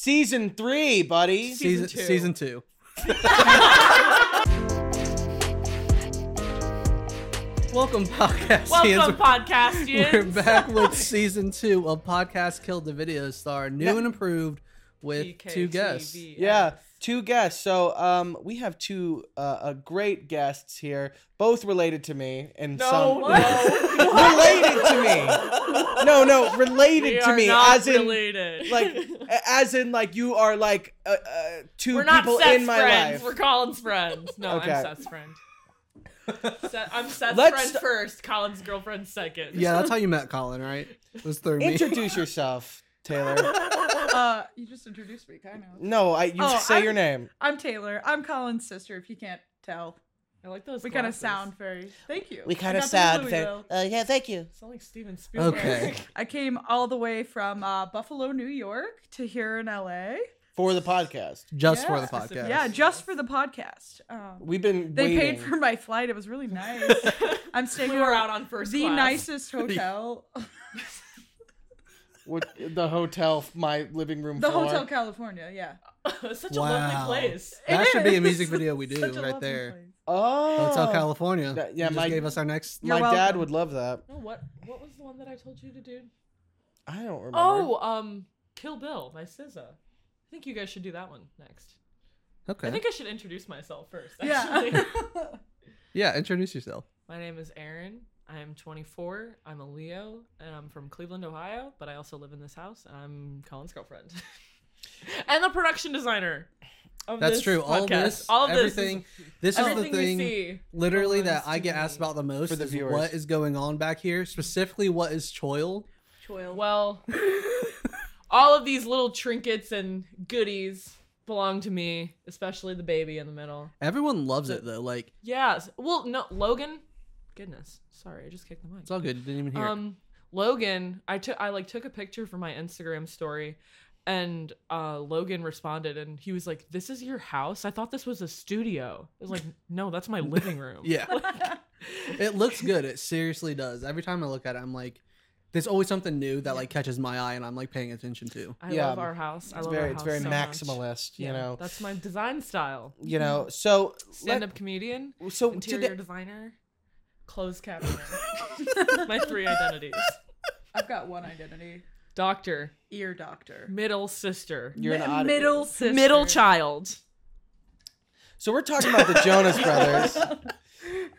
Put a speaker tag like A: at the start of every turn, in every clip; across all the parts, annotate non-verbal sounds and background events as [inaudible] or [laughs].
A: Season three, buddy.
B: Season two.
C: Season two. Welcome, podcast.
B: Welcome,
C: [laughs] We're
B: podcastians. [laughs]
C: back with season two of Podcast Killed the Video Star, new and improved, with two guests.
B: BKTV.
A: Yeah, two guests. So um, we have two uh, uh, great guests here, both related to me and some
B: No, no.
A: [laughs] related to me. No, no, related
B: [laughs] we
A: to
B: are
A: me,
B: not
A: as in
B: related.
A: like, a- as in like you are like uh, uh, 2
B: [laughs] we're not
A: people
B: Seth's
A: in my [laughs]
B: friends. We're
A: life.
B: Colin's friends. No,
A: Okay.
B: I'm Seth's
C: [laughs]
B: friend. Seth, I'm Seth's
A: Let's
B: friend
A: st-
B: first. Colin's girlfriend second.
C: Yeah, that's how you met Colin, right? It was through me.
A: Introduce yourself, Taylor.
D: Uh, you just introduced me, kind of.
A: No, I you
D: Oh,
A: say
D: I'm-
A: your name.
D: I'm Taylor. I'm Colin's sister. If you can't tell,
B: I like those.
D: we kind of
B: glasses.
D: sound very. Thank you.
A: We
D: I
A: kind of
D: got the
A: sound
D: Louis,
A: fair.
D: though.
A: Uh, yeah, thank you.
B: Sound like Steven Spielberg.
C: [laughs] Okay.
D: I came all the way from uh, Buffalo, New York, to here in LA.
A: For the podcast,
C: Just for the
D: Yeah.
C: podcast.
D: Yeah, just for the podcast. Um,
A: we've been
D: they
A: waiting.
D: paid for my flight. It was really nice.
C: [laughs]
D: I'm staying
B: [laughs] we were
D: at
B: out on first
D: the
B: class.
C: [laughs]
D: nicest hotel,
A: With the hotel, my living room.
D: the
A: floor.
D: Hotel California. Yeah,
B: [laughs] Such a
C: Wow.
B: lovely place.
C: That
D: It
C: should be a
D: is.
C: music
B: [laughs]
C: video
D: [laughs]
C: we do
D: Such a
C: right
D: lovely
C: there.
D: place.
A: Oh,
C: Hotel California.
A: That- yeah,
C: yeah, you just
A: my-
C: gave us our next.
A: My
D: You're
A: dad
D: welcome.
A: would love that.
B: No, Oh, what what was the one that I told you to do?
A: I don't remember.
B: Oh, um, Kill Bill by SZA. I think you guys should do that one next.
C: Okay.
B: I think I should introduce myself first. Actually.
D: Yeah.
C: yeah, introduce yourself.
B: My name is Aaron. I am 24. I'm a Leo, and I'm from Cleveland, Ohio. But I also live in this house, and I'm Colin's girlfriend, [laughs] and the production designer. Of
C: That's
B: this
C: true. All
B: podcast.
C: this,
B: all of this,
C: everything. This, is the
B: everything you
C: thing.
B: see
C: literally that
B: belongs
C: I
B: to
C: get
B: me.
C: asked about the most
A: For the
C: is
A: viewers.
C: what is going on back here. Specifically, what is choil?
D: Choil.
B: [laughs] Well,
C: [laughs]
B: all of these little trinkets and goodies belong to me, especially the baby in the middle.
C: Everyone loves it though. Like
B: Yes. Well, no, Logan. Goodness, sorry, I just kicked the mic.
C: it's all good. You didn't even hear. it.
B: Um, Logan, I took I like took a picture for my Instagram story, and uh, Logan responded, and he was like, "This is your house? I thought this was a studio." I was like, "No, that's my living
A: [laughs]
B: room."
C: Yeah, it looks good. It seriously does. Every time I look at it, I'm like, there's always something new that like catches my eye, and I'm like paying attention to.
B: I
A: Yeah,
B: love our house. I
A: it's
B: love
A: very,
B: our
A: it's
B: house
A: very
B: so much.
A: maximalist. You
B: Yeah,
A: know,
B: that's my design style.
A: you know. So,
B: Stand up comedian,
A: let, so
B: interior
A: today,
B: designer, clothes captioner. my
A: [laughs]
B: three identities:
D: [laughs] I've got one identity:
B: doctor,
D: ear doctor.
B: middle sister,
A: you're an
D: Mi-
A: odd-
D: middle sister.
B: middle
D: [laughs]
B: child.
A: So we're talking about the Jonas Brothers.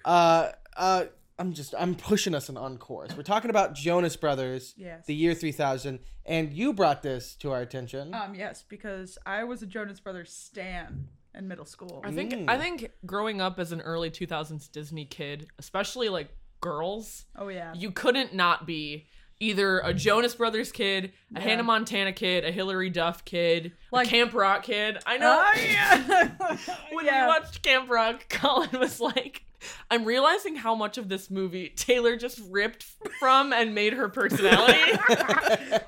A: Uh, uh, I'm just I'm pushing us an encore. We're talking about Jonas Brothers,
D: Yes.
A: the year 3000, and you brought this to our attention.
D: Um, yes, because I was a Jonas Brothers stan in middle school.
B: I think I think growing up as an early 2000s Disney kid, especially like girls,
D: Oh yeah.
B: you couldn't not be either a Jonas Brothers kid, a Hannah Montana kid, a Hillary Duff kid,
D: Like-
B: a Camp Rock kid. I know
D: Oh yeah.
B: [laughs] when
D: Yeah.
B: we [laughs] watched Camp Rock, Colin was like I'm realizing how much of this movie Taylor just ripped from and made her
D: [laughs]
B: personality.
D: [laughs]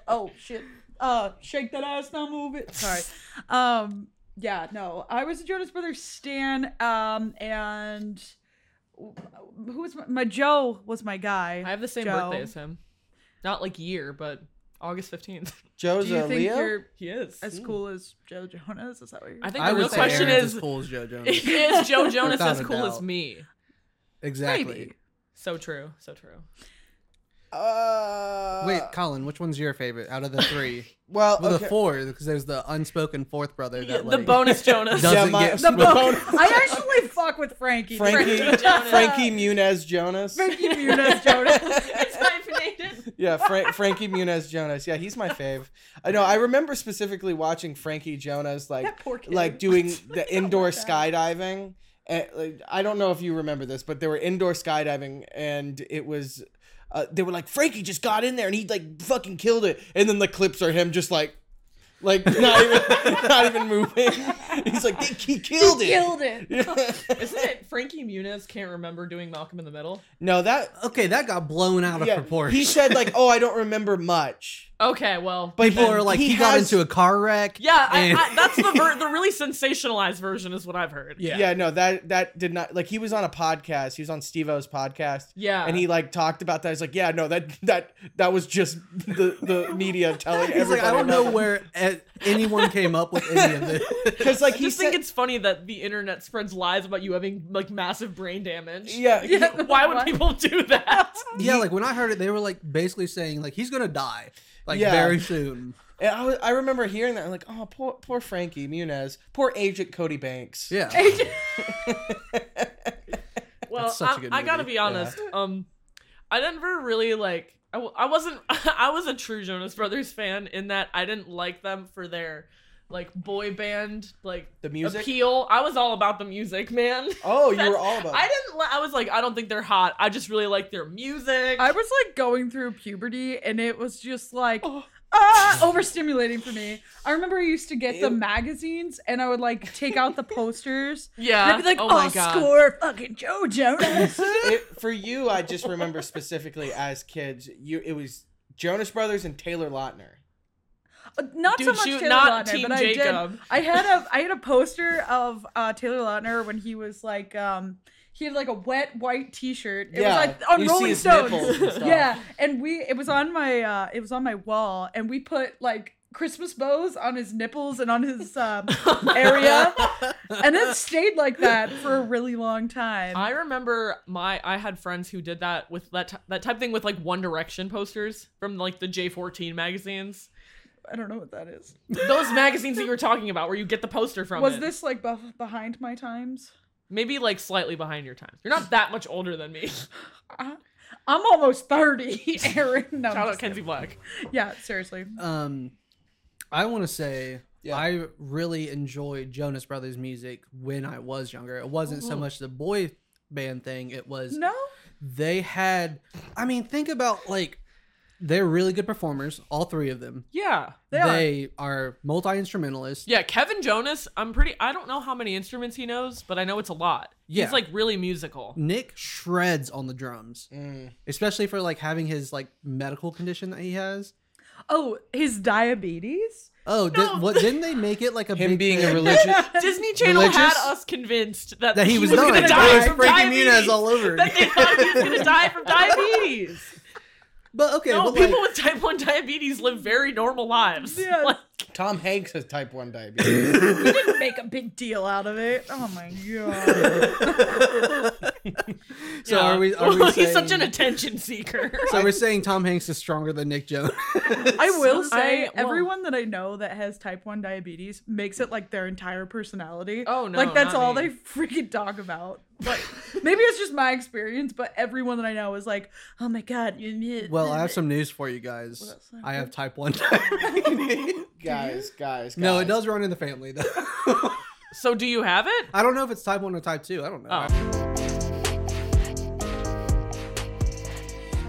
D: oh shit. Uh, shake that ass, now move it. Sorry. Um, yeah, no, I was a Jonas Brothers stan. Um, and who was my, my Joe was my guy.
B: I have the same
D: Joe.
B: birthday as him. Not like year, but August 15th.
A: Joe's
D: Do you
A: a
D: think
A: Leo.
D: you're
B: [laughs] He is.
D: as cool as Joe Jonas? Is that what you're?
B: I think
C: I
B: the
C: would
B: real
C: say
B: question
C: Aaron's
B: is
C: as cool as
B: [laughs]
C: Joe Jonas.
B: is Joe Jonas
C: Without
B: as
C: a
B: cool as
C: doubt.
B: me?
C: exactly.
D: Maybe.
B: So true. So true.
A: Uh,
C: Wait, Colin, which one's your favorite out of the three?
A: [laughs] well,
C: well,
A: okay.
C: the four because there's the unspoken fourth brother that
B: the
A: [laughs]
C: like,
B: bonus Jonas.
C: doesn't
A: Yeah, my-
C: get
D: The
A: The
D: bo-
A: bonus-
D: I actually fuck with Frankie.
A: Frankie,
B: Frankie Jonas.
A: Frankie Muniz Jonas.
D: Frankie Muniz Jonas.
B: [laughs] it's hyphenated.
A: Yeah, Fra- Frankie Muniz Jonas. Yeah, he's my fave. I know. I remember specifically watching Frankie Jonas like
D: That poor kid.
A: like
D: [laughs]
A: doing the indoor
D: God.
A: skydiving. And, like, I don't know if you remember this, but they were indoor skydiving, and it was uh, they were like Frankie just got in there and he like fucking [laughs] killed it, and then the clips are him just like like not even not even moving. [laughs] He's like, they, he killed it.
D: Killed it.
B: Isn't it Frankie Muniz can't remember doing Malcolm in the Middle?
A: [laughs] no, that.
C: Okay, that got blown out of
A: yeah,
C: proportion.
A: he said like, "Oh, I don't remember much."
B: Okay, well.
A: But
C: [laughs] people
A: then
C: are like, he,
A: he
C: got
A: has-
C: into a car wreck.
B: yeah, I,
C: and-
B: I, that's the
A: [laughs]
B: ver- the really sensationalized version is what I've heard.
A: Yeah. no, that that did not like. He was on a podcast. He was on Steve O's podcast.
B: Yeah.
A: and he like talked about that. He's like, "Yeah, no, that that that was just the the media telling
C: [laughs] [laughs] He's like,
A: everybody."
C: I don't know where eh, anyone came up with any of
A: [laughs]
C: this.
A: because like
B: I
A: he
B: just think
A: said,
B: it's funny that the internet spreads lies about you having like massive brain damage.
A: yeah, he-
B: [laughs] Why would
D: What?
B: people do that?
C: yeah, like when I heard it, they were like basically saying like he's gonna die, like
A: Yeah.
C: very soon.
A: And I, was- I remember hearing that. I'm like, oh, poor, poor Frankie Muniz, poor agent Cody Banks.
B: [laughs]
C: Yeah,
B: Well,
C: That's such a
B: I-
C: good
B: I, gotta
C: movie.
B: be honest. Um, I never really like. I, w- I wasn't. [laughs] I was a true Jonas Brothers fan in that I didn't like them for their like boy band like
A: The music?
B: appeal. I was all about the music, man.
A: Oh, you were
B: That's-
C: [laughs]
A: all about.
B: I didn't. Li- I was like, I don't think they're hot. I just really like their music.
D: I was like going through puberty and it was just like
B: Oh.
D: ah, overstimulating for me. I remember I used to get the
A: Ew.
D: magazines and I would like take out the posters.
B: yeah.
D: And I'd be like, oh,
B: my god.
D: score fucking Joe
A: [laughs]
D: Jonas.
A: It- for you, I just remember specifically as kids, you it was Jonas Brothers and Taylor Lautner.
D: not so
B: Dude,
D: much
B: shoot,
D: Taylor
B: not
D: Lautner,
B: Team
D: but I did.
B: Jacob.
D: I had a I had a poster of uh, Taylor Lautner when he was like um he had like a wet white T-shirt. It
A: Yeah,
D: was like on
A: you see
D: Rolling
A: his nipples
D: Stones.
A: and stuff.
D: yeah, and we it was on my uh it was on my wall, and we put like Christmas bows on his nipples and on
A: [laughs]
D: his um, area, and it stayed like that for a really long time.
B: I remember my I had friends who did that with that t- that type of thing with like One Direction posters from like the J14 magazines.
D: I don't know what that is.
B: Those magazines that you were talking about where you get the poster from.
D: was
B: it.
D: this like bef- behind my times?
B: maybe like slightly behind your time? You're not that much older than me. [laughs]
D: I- I'm almost thirty, [laughs] Aaron. No, I'm
B: Shout out
D: just
B: Kenzie Black.
D: kidding. yeah, seriously.
C: um, I want to say
A: Yeah.
C: I really enjoyed Jonas Brothers music when I was younger. It wasn't so much the boy band thing; it was
D: No,
C: they had. I mean, think about like they're really good performers, all three of them.
B: Yeah.
D: They are.
C: are, multi instrumentalists.
B: Yeah, Kevin Jonas, I'm pretty I don't know how many instruments he knows, but I know it's a lot.
C: Yeah.
B: He's like really musical.
C: Nick shreds on the drums,
A: Mm.
C: especially for like having his like medical condition that he has.
D: Oh, his diabetes?
C: Oh, did, what didn't they make it like a
A: Him
C: big
A: being
C: thing?
A: a religious.
B: [laughs] Disney Channel had
C: Religious?
B: us convinced that,
C: [laughs] that he was,
B: going
C: dying.
B: to
D: gonna
B: die.
C: It was
B: from
C: Frankie Muniz
B: diabetes.
C: all over. [laughs]
B: that [laughs] they thought he was going to die from diabetes.
C: but okay,
B: No,
C: but like,
B: people with type 1 diabetes live very normal lives.
D: Yeah.
B: [laughs] Like,
A: Tom Hanks has type one
C: [laughs]
A: diabetes.
D: We didn't [laughs] make a big deal out of it. Oh my [laughs] god.
C: [laughs] so
B: yeah.
C: are we? Are we
D: [laughs]
B: [laughs] He's
C: saying,
B: such an attention seeker.
C: [laughs] so we're saying Tom Hanks is stronger than Nick Jones.
D: I will
B: So I-
D: say
B: well-
D: everyone that I know that has type 1 diabetes makes it like their entire personality.
B: Oh, no,
D: Like that's
B: not
D: all
B: me.
D: they freaking talk about. Like maybe it's just my experience, but everyone that I know is like, "Oh my god, you need
C: [laughs] well, I have some news for you guys.
D: else?
C: I have type one diabetes.
A: guys, guys, guys.
C: [laughs] no, it does run in the family though. [laughs]
B: so do you have it?
C: I don't know if it's type one or type two. I don't know.
B: Oh.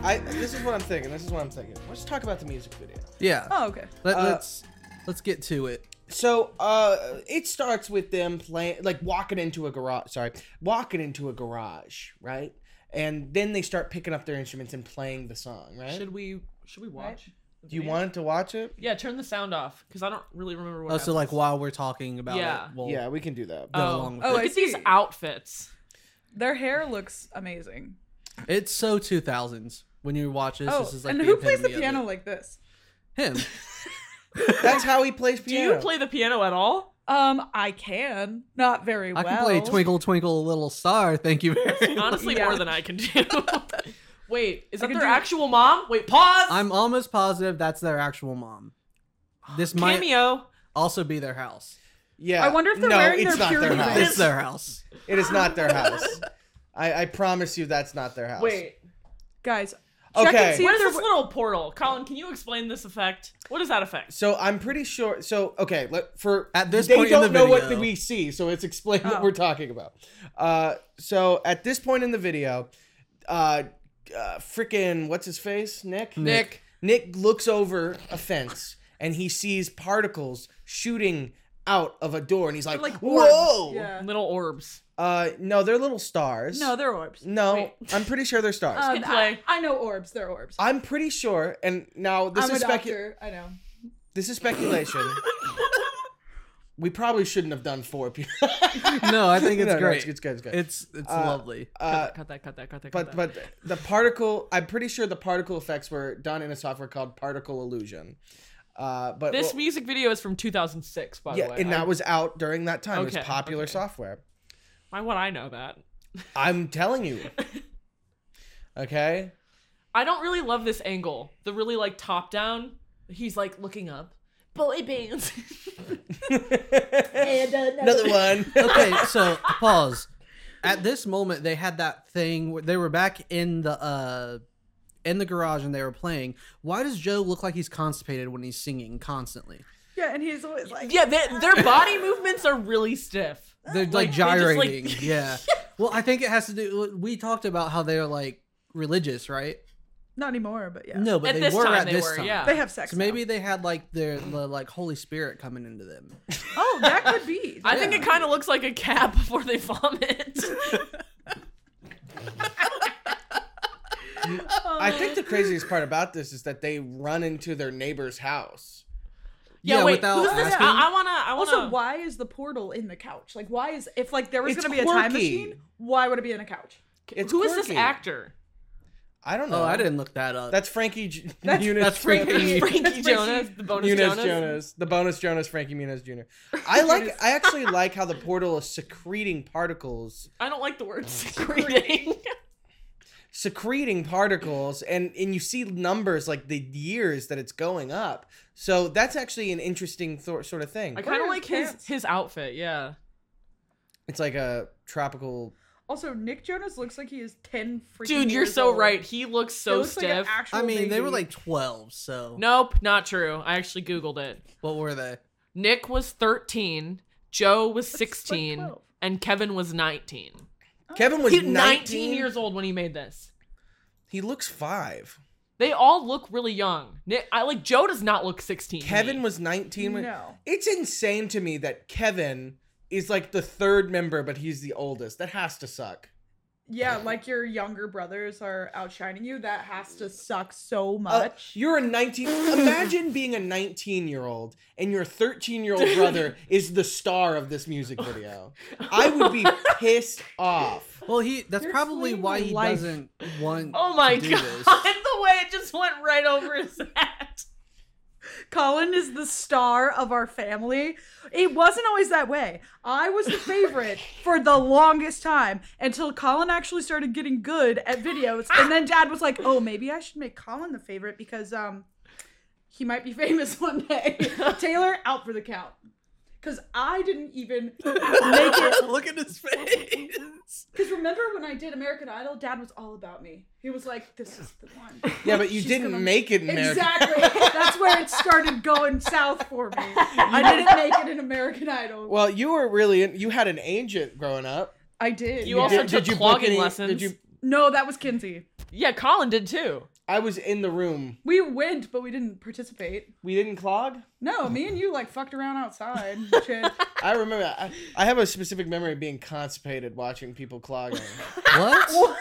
A: I, this is what I'm thinking. This is what I'm thinking. Let's talk about the music video.
C: Yeah.
D: Oh, okay.
C: Let,
A: Uh,
C: let's let's get to it.
A: So, uh, it starts with them playing, like walking into a garage. Sorry, walking into a garage, right? And then they start picking up their instruments and playing the song, right?
B: Should we should we watch?
A: Do you want to watch it?
B: Yeah, turn the sound off cuz I don't really remember what
C: Oh, so
B: happened.
C: like while we're talking about
B: Yeah.
C: it, we'll
A: yeah, we can do that.
C: go
B: Oh.
C: along with
D: Oh,
C: it.
D: I
B: Look at these
D: see.
B: outfits.
D: Their hair looks amazing.
C: It's so two thousands when you watch this.
D: oh,
C: this is like
D: and
C: the
D: who plays the
C: epitome
D: piano
C: of
D: like this?
C: it. Him.
A: That's how he plays
B: Do
A: piano.
B: you play the piano at [laughs] all?
D: Um, I can, not very
C: I
D: well.
C: can play Twinkle Twinkle Little Star. Thank you
D: [laughs]
C: very much.
B: Honestly,
D: Yeah.
B: more than I can do. [laughs] Wait, is
D: I
B: that
D: can
B: their
D: do-
B: actual mom? Wait, pause.
C: I'm almost positive that's their actual mom. This might
B: cameo.
C: also be their house.
A: Yeah.
D: I wonder if they're
A: no,
D: wearing
A: it's
D: their
A: not their
D: purity
A: house.
D: ring.
C: It's their house.
A: It is not their house. I, I promise you, that's not their house.
B: Wait.
D: Guys, check
A: Okay.
D: and see
B: What
D: if
B: is
D: they're
B: this little portal? Colin, can you explain this effect? What is that effect?
A: So I'm pretty sure. So okay, let, for
C: At this
A: they
C: point in
A: don't
C: the
A: know what
C: video-
A: we see, so it's explained
D: Oh.
A: what we're talking about. Uh, so at this point in the video, uh, uh, frickin' what's his face, Nick?
C: Nick.
A: Nick looks over a fence and he sees particles shooting out of a door, and he's like,
D: like orbs,
A: "Whoa!"
D: yeah.
B: Little orbs.
A: Uh, no, they're little stars.
D: No, they're orbs.
A: no,
B: Wait.
A: I'm pretty sure they're stars.
D: Um,
B: Good
D: I,
B: play.
D: I know orbs. They're orbs.
A: I'm pretty sure, and now Oh, this
D: I'm a
A: is specu-
D: doctor. I know.
A: this is speculation. we probably shouldn't have done four. [laughs] people.
C: No, I think it's
A: No, no, it's
C: great. it's
A: good. It's good.
C: it's, lovely.
A: uh,
B: cut that, cut that, cut that, cut that.
A: but
B: Cut
A: but the particle, I'm pretty sure the particle effects were done in a software called Particle Illusion. Uh, but
B: that. This
A: well-
B: music video is from 2006, by
A: yeah,
B: the way.
A: and
B: I-
A: that was out during that time. it was
B: Okay,
A: popular
B: okay.
A: software.
B: Why would I know that?
A: I'm telling
B: [laughs]
A: you. Okay.
B: I don't really love this angle. The really like top down. He's like looking up. Boy bands.
A: Another one.
C: okay, so pause. At this moment, they had that thing. Where they were back in the uh, in the garage and they were playing. Why does Joe look like he's constipated when he's singing constantly?
D: Yeah, and he's always like,
B: yeah, they,
C: [laughs]
B: their body movements are really stiff.
C: They're like,
B: Oh, Like, they just, like- [laughs]
C: gyrating. yeah. Well, I think it has to do. We talked about how they're like religious, right?
D: not anymore, but yeah.
C: No, but
B: At
C: they
B: this
C: were
B: time
C: at
B: they
C: this
B: were,
C: time.
B: yeah.
D: They have sex.
C: So maybe they had like their the like Holy Spirit coming into them.
D: now. Oh, that could be.
B: I think it kind of looks like a cat [laughs] before they
C: [laughs]
B: vomit.
A: I
D: Um,
A: think the craziest part about this is that they run into their neighbor's house.
B: yeah, wait. who's this?
C: asking.
B: I, I wanna. I wanna.
D: Also, why is the portal in the couch? Like, why is if like there was
A: It's
D: going to be a time
A: quirky.
D: machine, why would it be in a couch?
A: It's
B: who is this
A: quirky.
B: actor?
A: I don't know.
C: Oh, I didn't look that up.
A: That's Frankie.
B: [laughs]
A: J-
D: That's-
A: Muniz
C: that's Frankie
A: Jr.
B: Frankie
D: That's
B: Jonas,
D: Frankie-
B: the bonus
A: Muniz
B: Jonas.
A: Jonas. the bonus Jonas, Frankie Muniz Jr.
B: [laughs]
A: I like. I actually like how the portal is secreting particles,
B: I don't like the word [laughs] secreting.
A: secreting particles, and and you see numbers like the years that it's going up. So that's actually an interesting th- sort of thing.
B: I kind of
D: are his
B: like his
D: pants?
B: his outfit. Yeah.
A: It's like a tropical.
D: Also, Nick Jonas looks like he is ten freaking.
B: Dude, you're
D: years
B: so
D: old.
B: right. He looks
D: It
B: so
D: looks like an
B: stiff.
D: actual
C: I mean, they were
D: baby.
C: like twelve. So
B: nope, not true. I actually googled it.
C: what were they?
B: Nick was 13, Joe was
D: like
B: 16,
D: 12.
B: and Kevin was 19.
A: Kevin was
B: Oh. He
A: 19,
B: 19 years old when he made this.
A: He looks five.
B: They all look really young. Nick, I like Joe does not look 16. to
A: Kevin
B: me.
A: was 19. when-
D: No.
A: It's insane to me that Kevin is like the third member, but he's the oldest. That has to suck.
D: Yeah, like your younger brothers are outshining you. That has to suck so
A: Uh,
D: much.
A: you're a 19. imagine being a 19 year old and your 13 year
D: [laughs]
A: old brother is the star of this music video. I would be pissed
D: [laughs]
A: off.
C: Well, he. That's
D: You're
C: probably
D: explaining
C: why
D: your
C: he
D: life.
C: doesn't want.
B: Oh my
C: to do
B: god!
C: this.
B: [laughs]
C: [laughs]
B: The way it just went right over his head.
D: Colin is the star of our family. It wasn't always that way. I was the favorite for the longest time until Colin actually started getting good at videos. And then dad was like, oh, maybe I should make Colin the favorite because um, he might be [laughs] famous one day. Taylor, out for the count. Because I didn't even make it
C: Look at his face.
D: Because remember when I did American Idol, Dad was all about me. He was like, "This is the one."
A: Yeah, but you
D: She's
A: didn't
D: gonna-
A: make it in America.
D: Exactly. That's where it started going south for me. I didn't make it in American
A: [laughs]
D: Idol.
A: Well, you were really, in, you had an agent growing up.
D: I did.
B: You
D: yeah.
B: also
A: Did- did
B: took
A: you book
B: clogging
A: any-
B: lessons.
A: did you-
D: No, that was Kinsey.
B: Yeah, Colin did too.
A: I was in the room.
D: We went, but we didn't participate.
A: We didn't clog?
D: No, me and you like fucked
B: [laughs]
D: around outside. and Shit.
A: I remember. I, I have a specific memory of being constipated watching people
D: [laughs]
A: clogging.
C: What?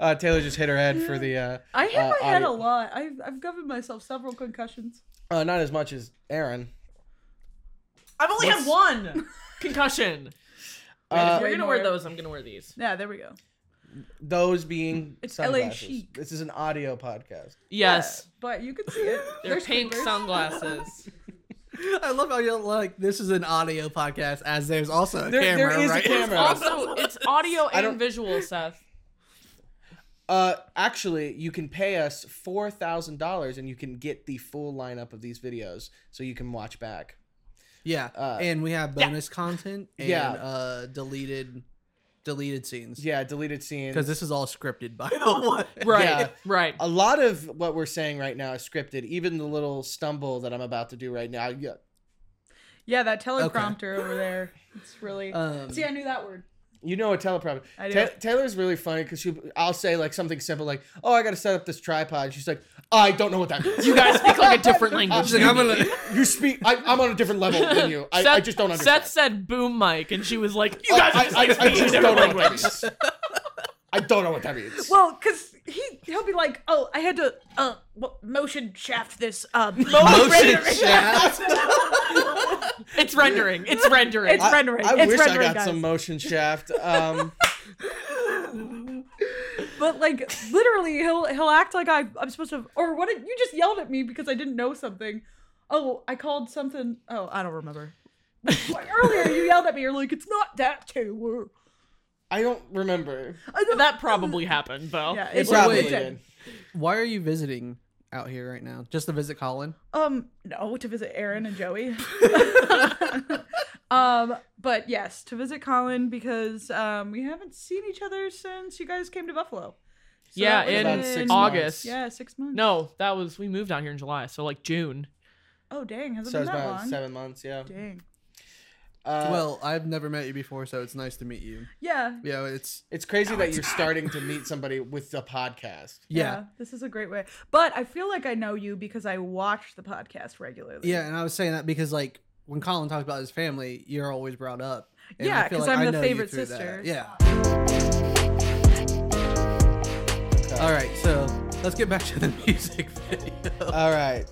A: Uh, Taylor just hit her head for the. Uh,
D: I hit
A: Uh,
D: my head a
A: audio-
D: lot. I've I've given myself several concussions.
A: uh, not as much as Aaron.
B: I've [laughs] only had one [laughs] concussion.
A: Uh,
B: if you're
D: Way
B: gonna
D: more.
B: wear those, I'm gonna wear these.
D: Yeah, there we go.
A: Those being
D: It's LA
A: sunglasses.
D: chic.
A: This is an audio podcast.
B: Yes,
D: Yeah, but you can see it.
B: they're
D: There's
B: pink
D: fingers.
B: sunglasses.
C: [laughs]
A: [laughs]
C: I love how you're like. This is an audio podcast, as there's also a
A: There- there
C: camera.
A: is a
C: right?
A: camera.
B: also, it's audio
A: I don't-
B: and visual, Seth.
A: Uh, actually, you can pay us four thousand dollars, and you can get the full lineup of these videos, so you can watch back.
C: [laughs] Yeah,
A: Uh,
C: and we have bonus content and
A: Yeah.
C: uh, deleted, deleted scenes.
A: Yeah, deleted scenes.
C: because this is all scripted by the [laughs] way.
A: [laughs]
B: Right,
A: Yeah.
B: right.
A: a lot of what we're saying right now is scripted. Even the little stumble that I'm about to do right now. Yeah,
D: Yeah, that teleprompter over there. It's really.
C: Um,
D: See, I knew that word.
A: You know a teleprompter.
D: I do.
A: Ta- Taylor's really funny because she, I'll say like something simple like, "Oh, I got to set up this tripod." And she's like, "I don't know what that means.
B: You guys speak like a different language.
C: She's like, [laughs] I'm gonna.
A: [laughs] you speak. I, I'm on a different level than you. I, I just don't understand."
B: Seth said boom mic, and she was like, "You
A: I, I,
B: guys just
A: I,
B: like
A: I
B: speak a
A: just
B: different
A: don't know what that
B: language."
A: means. I don't know what that means.
D: Well, because he he'll be like, oh, I had to uh mo- motion shaft this
C: [laughs]
D: uh
C: Motion shaft.
B: It's rendering. It's [laughs] rendering.
D: It's- rendering.
A: I, I
D: It's
A: wish
D: rendering,
A: I got
D: guys.
A: some motion shaft.
D: [laughs]
A: Um,
D: But like literally, he'll he'll act like I I'm supposed to. Or what? Did, you just yelled at me because I didn't know something. Oh, I called something. Oh, I
C: [laughs]
D: don't remember. Earlier, you yelled at me. You're like, it's not that Taylor.
A: I don't remember.
D: I don't-
B: that probably happened though.
D: Yeah,
A: It
D: it
A: probably
D: did.
A: did.
C: Why are you visiting out here right now? Just to visit Colin?
D: Um, no, to visit Aaron
A: [laughs]
D: and Joey. [laughs] um, but yes, to visit Colin because um we haven't seen each other since you guys came to Buffalo. So
B: Yeah,
D: that would've
A: in
D: been-
A: six
B: August.
D: Yeah, six months.
B: No, that was we moved out here in July, so like June.
D: Oh dang, hasn't
A: So
D: been
A: it's
D: that
A: about
D: long.
A: seven months. Yeah.
D: Dang.
A: Uh,
C: well, I've never met you before, so it's nice to meet you.
D: Yeah.
C: Yeah, it's
A: it's crazy that you're starting to meet somebody with the podcast.
C: yeah.
D: This is a great way. But I feel like I know you because I watch the podcast regularly.
C: Yeah, and I was saying that because like when Colin talks about his family, you're always brought up. And I
D: Yeah,
C: feel
D: 'cause
C: like
D: I'm
C: I
D: the
C: know you
D: favorite
C: through
D: sister.
C: That. Yeah. All right, so let's get back to the [laughs] music video.
D: Uh,
A: All right.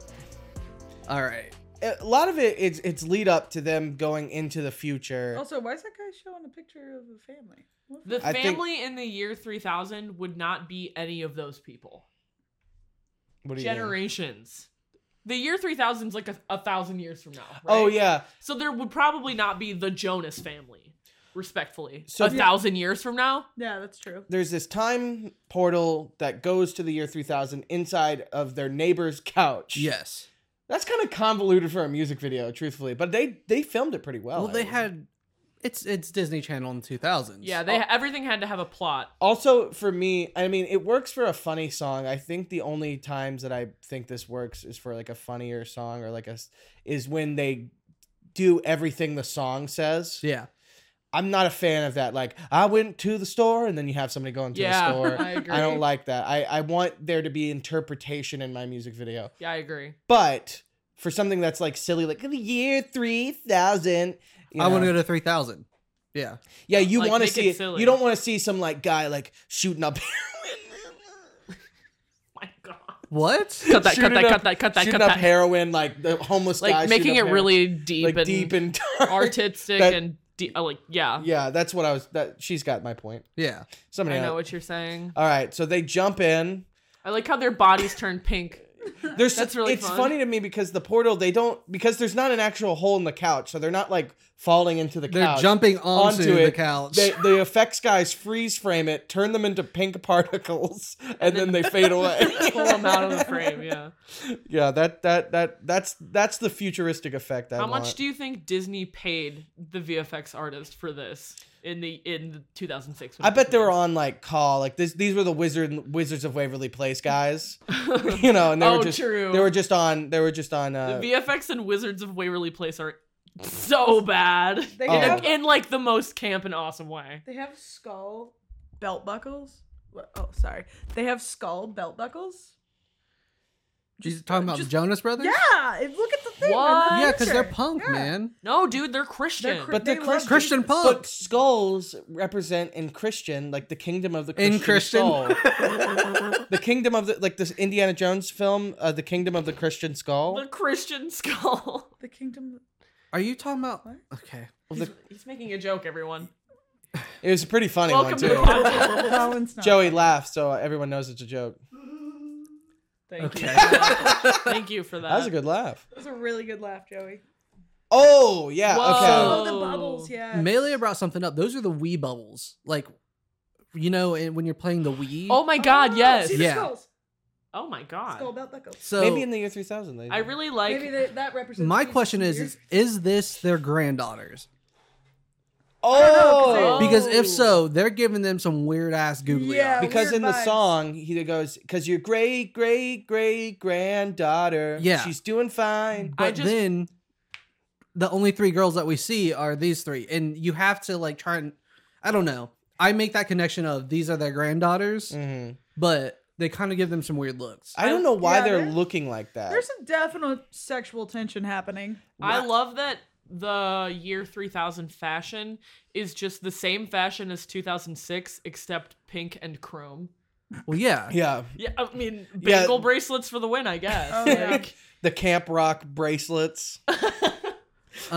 C: All right.
A: A lot of it, it's it's lead up to them going into the future.
D: Also, why is that guy showing a picture of a family? What the
B: The
A: I think-
B: family in the year 3000 would not be any of those people.
A: What do you mean?
B: Generations. The year 3000 is like a, a thousand years from now. Right?
A: Oh yeah.
B: So there would probably not be the Jonas family, respectfully.
A: So-
B: a thousand years from now?
D: Yeah, that's true.
A: There's this time portal that goes to the year 3000 inside of their neighbor's couch.
C: Yes.
A: That's kind of convoluted for a music video, truthfully, but they they filmed it pretty well.
C: Well,
A: I
C: they
A: would-
C: had it's it's Disney Channel in 2000s.
B: Yeah,
A: Oh.
B: they everything had to have a plot.
A: Also, for me, I mean, it works for a funny song. I think the only times that I think this works is for like a funnier song or like a s- is when they do everything the song says.
C: Yeah.
A: I'm not a fan of that. Like, I went to the store, and then you have somebody going to
B: Yeah, [laughs]
A: the store.
B: I agree.
A: don't like that. I, I want there to be interpretation in my music video.
B: Yeah, I agree.
A: But for something that's like silly, like the year 3000, you
C: I
A: know,
C: want to go to 3000. Yeah.
A: yeah, you
B: like,
A: want to
B: make it
A: see it.
B: silly.
A: You don't want to see some like guy like shooting up. [laughs]
B: My God.
C: What?
B: Cut that, cut
A: Shooting
B: that,
A: up-
B: cut that, cut that,
A: shooting
B: cut
A: up
B: that.
A: heroin, like the homeless guy.
B: like
A: shooting
B: making
A: up
B: it
A: heroin,
B: really deep
A: like
B: and
A: deep and [laughs] dark.
B: artistic
A: that-
B: and de- uh, like yeah.
A: Yeah, that's what I was. That she's got my point.
C: Yeah.
A: Somebody.
B: I
A: else.
B: know what you're saying.
A: All right, so they jump in.
B: I like how their bodies turn pink.
A: There's
B: That's really
A: it's
B: fun.
A: funny to me because the portal they don't because there's not an actual hole in the couch, so they're not like falling into the
C: They're
A: couch.
C: jumping onto,
A: onto
C: the
A: it.
C: couch.
A: They, the effects guys freeze frame it, turn them into pink [laughs] particles, and then they
B: [laughs]
A: fade away.
B: Pull them out of the frame, yeah.
A: [laughs] yeah, that that that that's that's the futuristic effect. [laughs] I
B: How
A: want.
B: much do you think Disney paid the VFX artist for this in the in the 2006?
A: I bet they were on like call. Like this, these were the wizard Wizards of Waverly Place
B: [laughs]
A: guys. you know, and they
B: Oh,
A: were just
B: true.
A: they were just on they were just on. Uh,
B: The VFX and Wizards of Waverly Place are so bad
D: [laughs] They
A: Oh.
B: in,
D: have
B: in like the most camp and awesome way.
D: they have skull belt buckles. What- Oh, sorry. They have skull belt buckles.
C: She's talking about the Jonas Brothers?
D: Yeah, and look at the thing.
B: What?
C: Yeah, because they're
D: pumped.
C: punk,
D: Yeah.
C: man.
B: No, dude, they're Christian.
D: They're
A: but they're
D: They love
A: Christian.
C: Christian
A: But
C: punk.
A: skulls represent in Christian, like the kingdom of the Christian,
C: In Christian.
A: skull.
B: [laughs]
A: the kingdom of the like this Indiana Jones film, uh, the kingdom of the Christian skull.
B: the Christian [laughs] skull.
D: The kingdom.
C: Are you talking about?
D: What?
C: Okay.
B: He's, he's making a joke, everyone.
A: It was a pretty funny
B: Welcome
A: one
B: to the [laughs]
A: too.
B: podcast.
D: Colin's not.
A: Joey laughed, so everyone knows it's a joke.
B: Thank you. for that. Thank you for
A: [laughs]
B: that.
A: That was a good laugh.
D: That was a really good laugh, Joey.
A: Oh yeah,
B: Whoa.
D: Oh, the bubbles.
B: Oh.
D: Yeah.
C: Melia brought something up. Those are the Wii bubbles. Like, you know, and when you're playing the Wii.
B: Oh my god, yes.
D: See the
C: Yeah.
D: skulls.
B: Oh my
D: Skull
B: god.
D: belt buckles.
C: So
A: okay. Maybe in the year three thousand. They
B: I really like
D: Maybe they, that represents.
C: my
D: Jesus
C: question is,
D: here.
C: is: Is this their granddaughters?
A: oh.
C: Because
B: Oh.
C: if so, they're giving them some weird ass googly
D: Yeah,
C: eyes.
A: Because
D: Weird
A: in the
D: vibes.
A: song, he goes, "Cause your great, great, great granddaughter,
C: Yeah.
A: she's doing fine."
C: But
B: I just-
C: then, the only three girls that we see are these three, and you have to like try and. I don't know. I make that connection of these are their granddaughters,
A: hmm
C: but they kind of give them some weird looks.
A: I don't know why
D: yeah,
A: they're
D: there-
A: looking like that.
D: There's some definite sexual tension happening.
B: I love that the year 3000 fashion is just the same fashion as 2006 except pink and chrome.
C: Well,
A: [laughs]
C: yeah.
A: yeah,
B: Yeah, I mean
A: Yeah.
B: bangle bracelets for the win, I guess.
D: Oh, yeah.
B: Like,
A: the camp rock bracelets.
B: the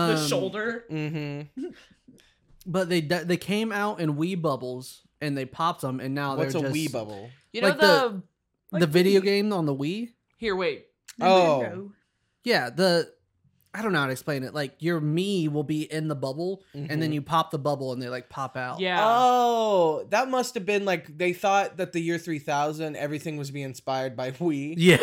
C: Um,
B: shoulder.
A: hmm
C: But they de- they came out in wee bubbles and they popped them, and now
A: What's a
C: Oh, they're just
A: wee bubble?
B: You know
C: like
B: the,
C: the-
D: Like
C: the
D: Wii.
C: video game on the Wii.
B: here wait.
A: Oh.
D: Nintendo.
C: Yeah, the I don't know how to explain it. Like your me will be in the bubble,
A: Mm-hmm.
C: and then you pop the bubble, and they like pop out.
B: Yeah.
A: Oh, that must have been like they thought that the year 3000 everything was being inspired by we
C: [laughs] yeah.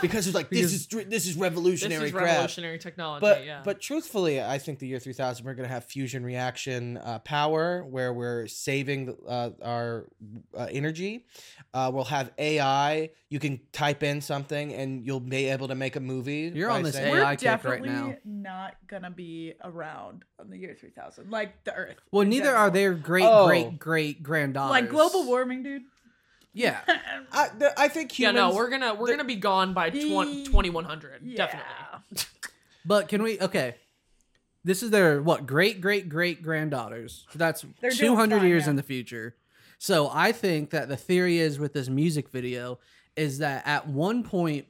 A: because it's like this
C: Because-
A: is dr- this is
B: this
A: revolutionary
B: is
A: crap.
B: revolutionary technology,
A: But
B: yeah.
A: but truthfully, I think the year 3000 we're going to have fusion reaction uh, power where we're saving uh, our uh, energy. Uh, we'll have AI. You can type in something and you'll be able to make a movie.
C: You're
A: by
C: on this
A: saying-
C: AI
D: We're
C: kick right
D: definitely
C: now.
D: not gonna be around on the year 3000, like the Earth.
C: Well,
D: in
C: neither are
D: general.
C: their great
A: Oh.
C: great great granddaughters.
D: Like global warming, dude.
C: Yeah. [laughs]
A: I, th- I think
B: yeah,
A: humans
B: no, we're gonna we're gonna be gone by
D: Ye-
B: 20, 2100
D: Yeah.
B: definitely.
C: But can we? Okay. This is their what great great great granddaughters. That's
D: They're doing
C: two hundred
D: fine
C: years
D: now.
C: in the future. So I think that the theory is with this music video is that at one point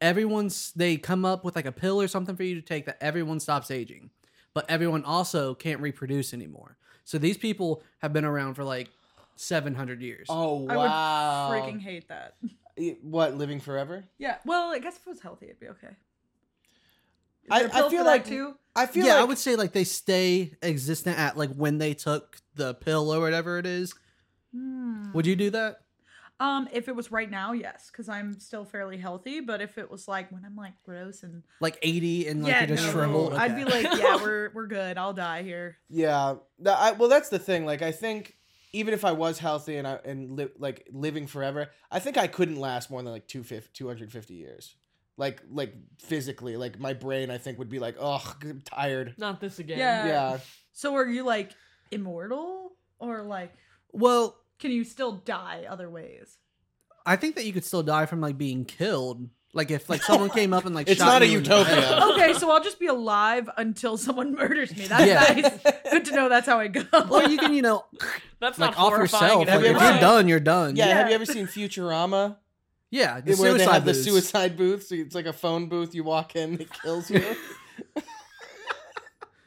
C: everyone's they come up with like a pill or something for you to take that everyone stops aging, but everyone also can't reproduce anymore. So these people have been around for like seven hundred years.
A: Oh
D: I
A: wow.
D: would freaking hate that.
A: It- what living forever?
D: Yeah. Well, I guess if it was healthy, it'd be okay. Is
A: I-
D: there a
A: I
D: pill
A: feel
D: for that
A: like-
D: too.
A: I feel
C: yeah,
A: like
C: I would say like they stay existent at like when they took the pill or whatever it is. Would you do that?
D: Hmm. Um, if it was right now, yes, because I'm still fairly healthy. But if it was like when I'm like gross and
C: like 80 and like
D: yeah,
C: you just
D: no,
C: shrivel.
D: I'd
C: Okay. [laughs]
D: be like, yeah, we're we're good. I'll die here.
A: Yeah. The- I, well, that's the thing. Like, I think even if I was healthy and I and li- like living forever, I think I couldn't last more than like 250, 250 years. Like, like physically, like my brain, I think would be like, oh, I'm tired.
B: Not this again.
D: Yeah.
A: Yeah.
D: So are you like immortal or like
C: well,
D: can you still die other ways?
C: I think that you could still die from like being killed. Like if like someone came up and like
A: It's
C: shot
A: not a
C: you in the head.
A: utopia.
D: Okay, so I'll just be alive until someone [laughs] murders me. That's
C: Yeah.
D: nice.
A: [laughs]
D: Good to know. That's how I go.
C: or you can you know
B: That's
C: like
B: not
C: off
B: horrifying
C: yourself.
B: in
C: Like,
B: every
C: if
A: everything.
B: way.
C: you're done, you're done.
A: Yeah.
C: Yeah,
A: Have you ever seen Futurama?
C: yeah. [laughs] The
A: where they have the
C: booths.
A: suicide booth. So it's like a phone booth. You walk in, it kills
C: [laughs]
A: you.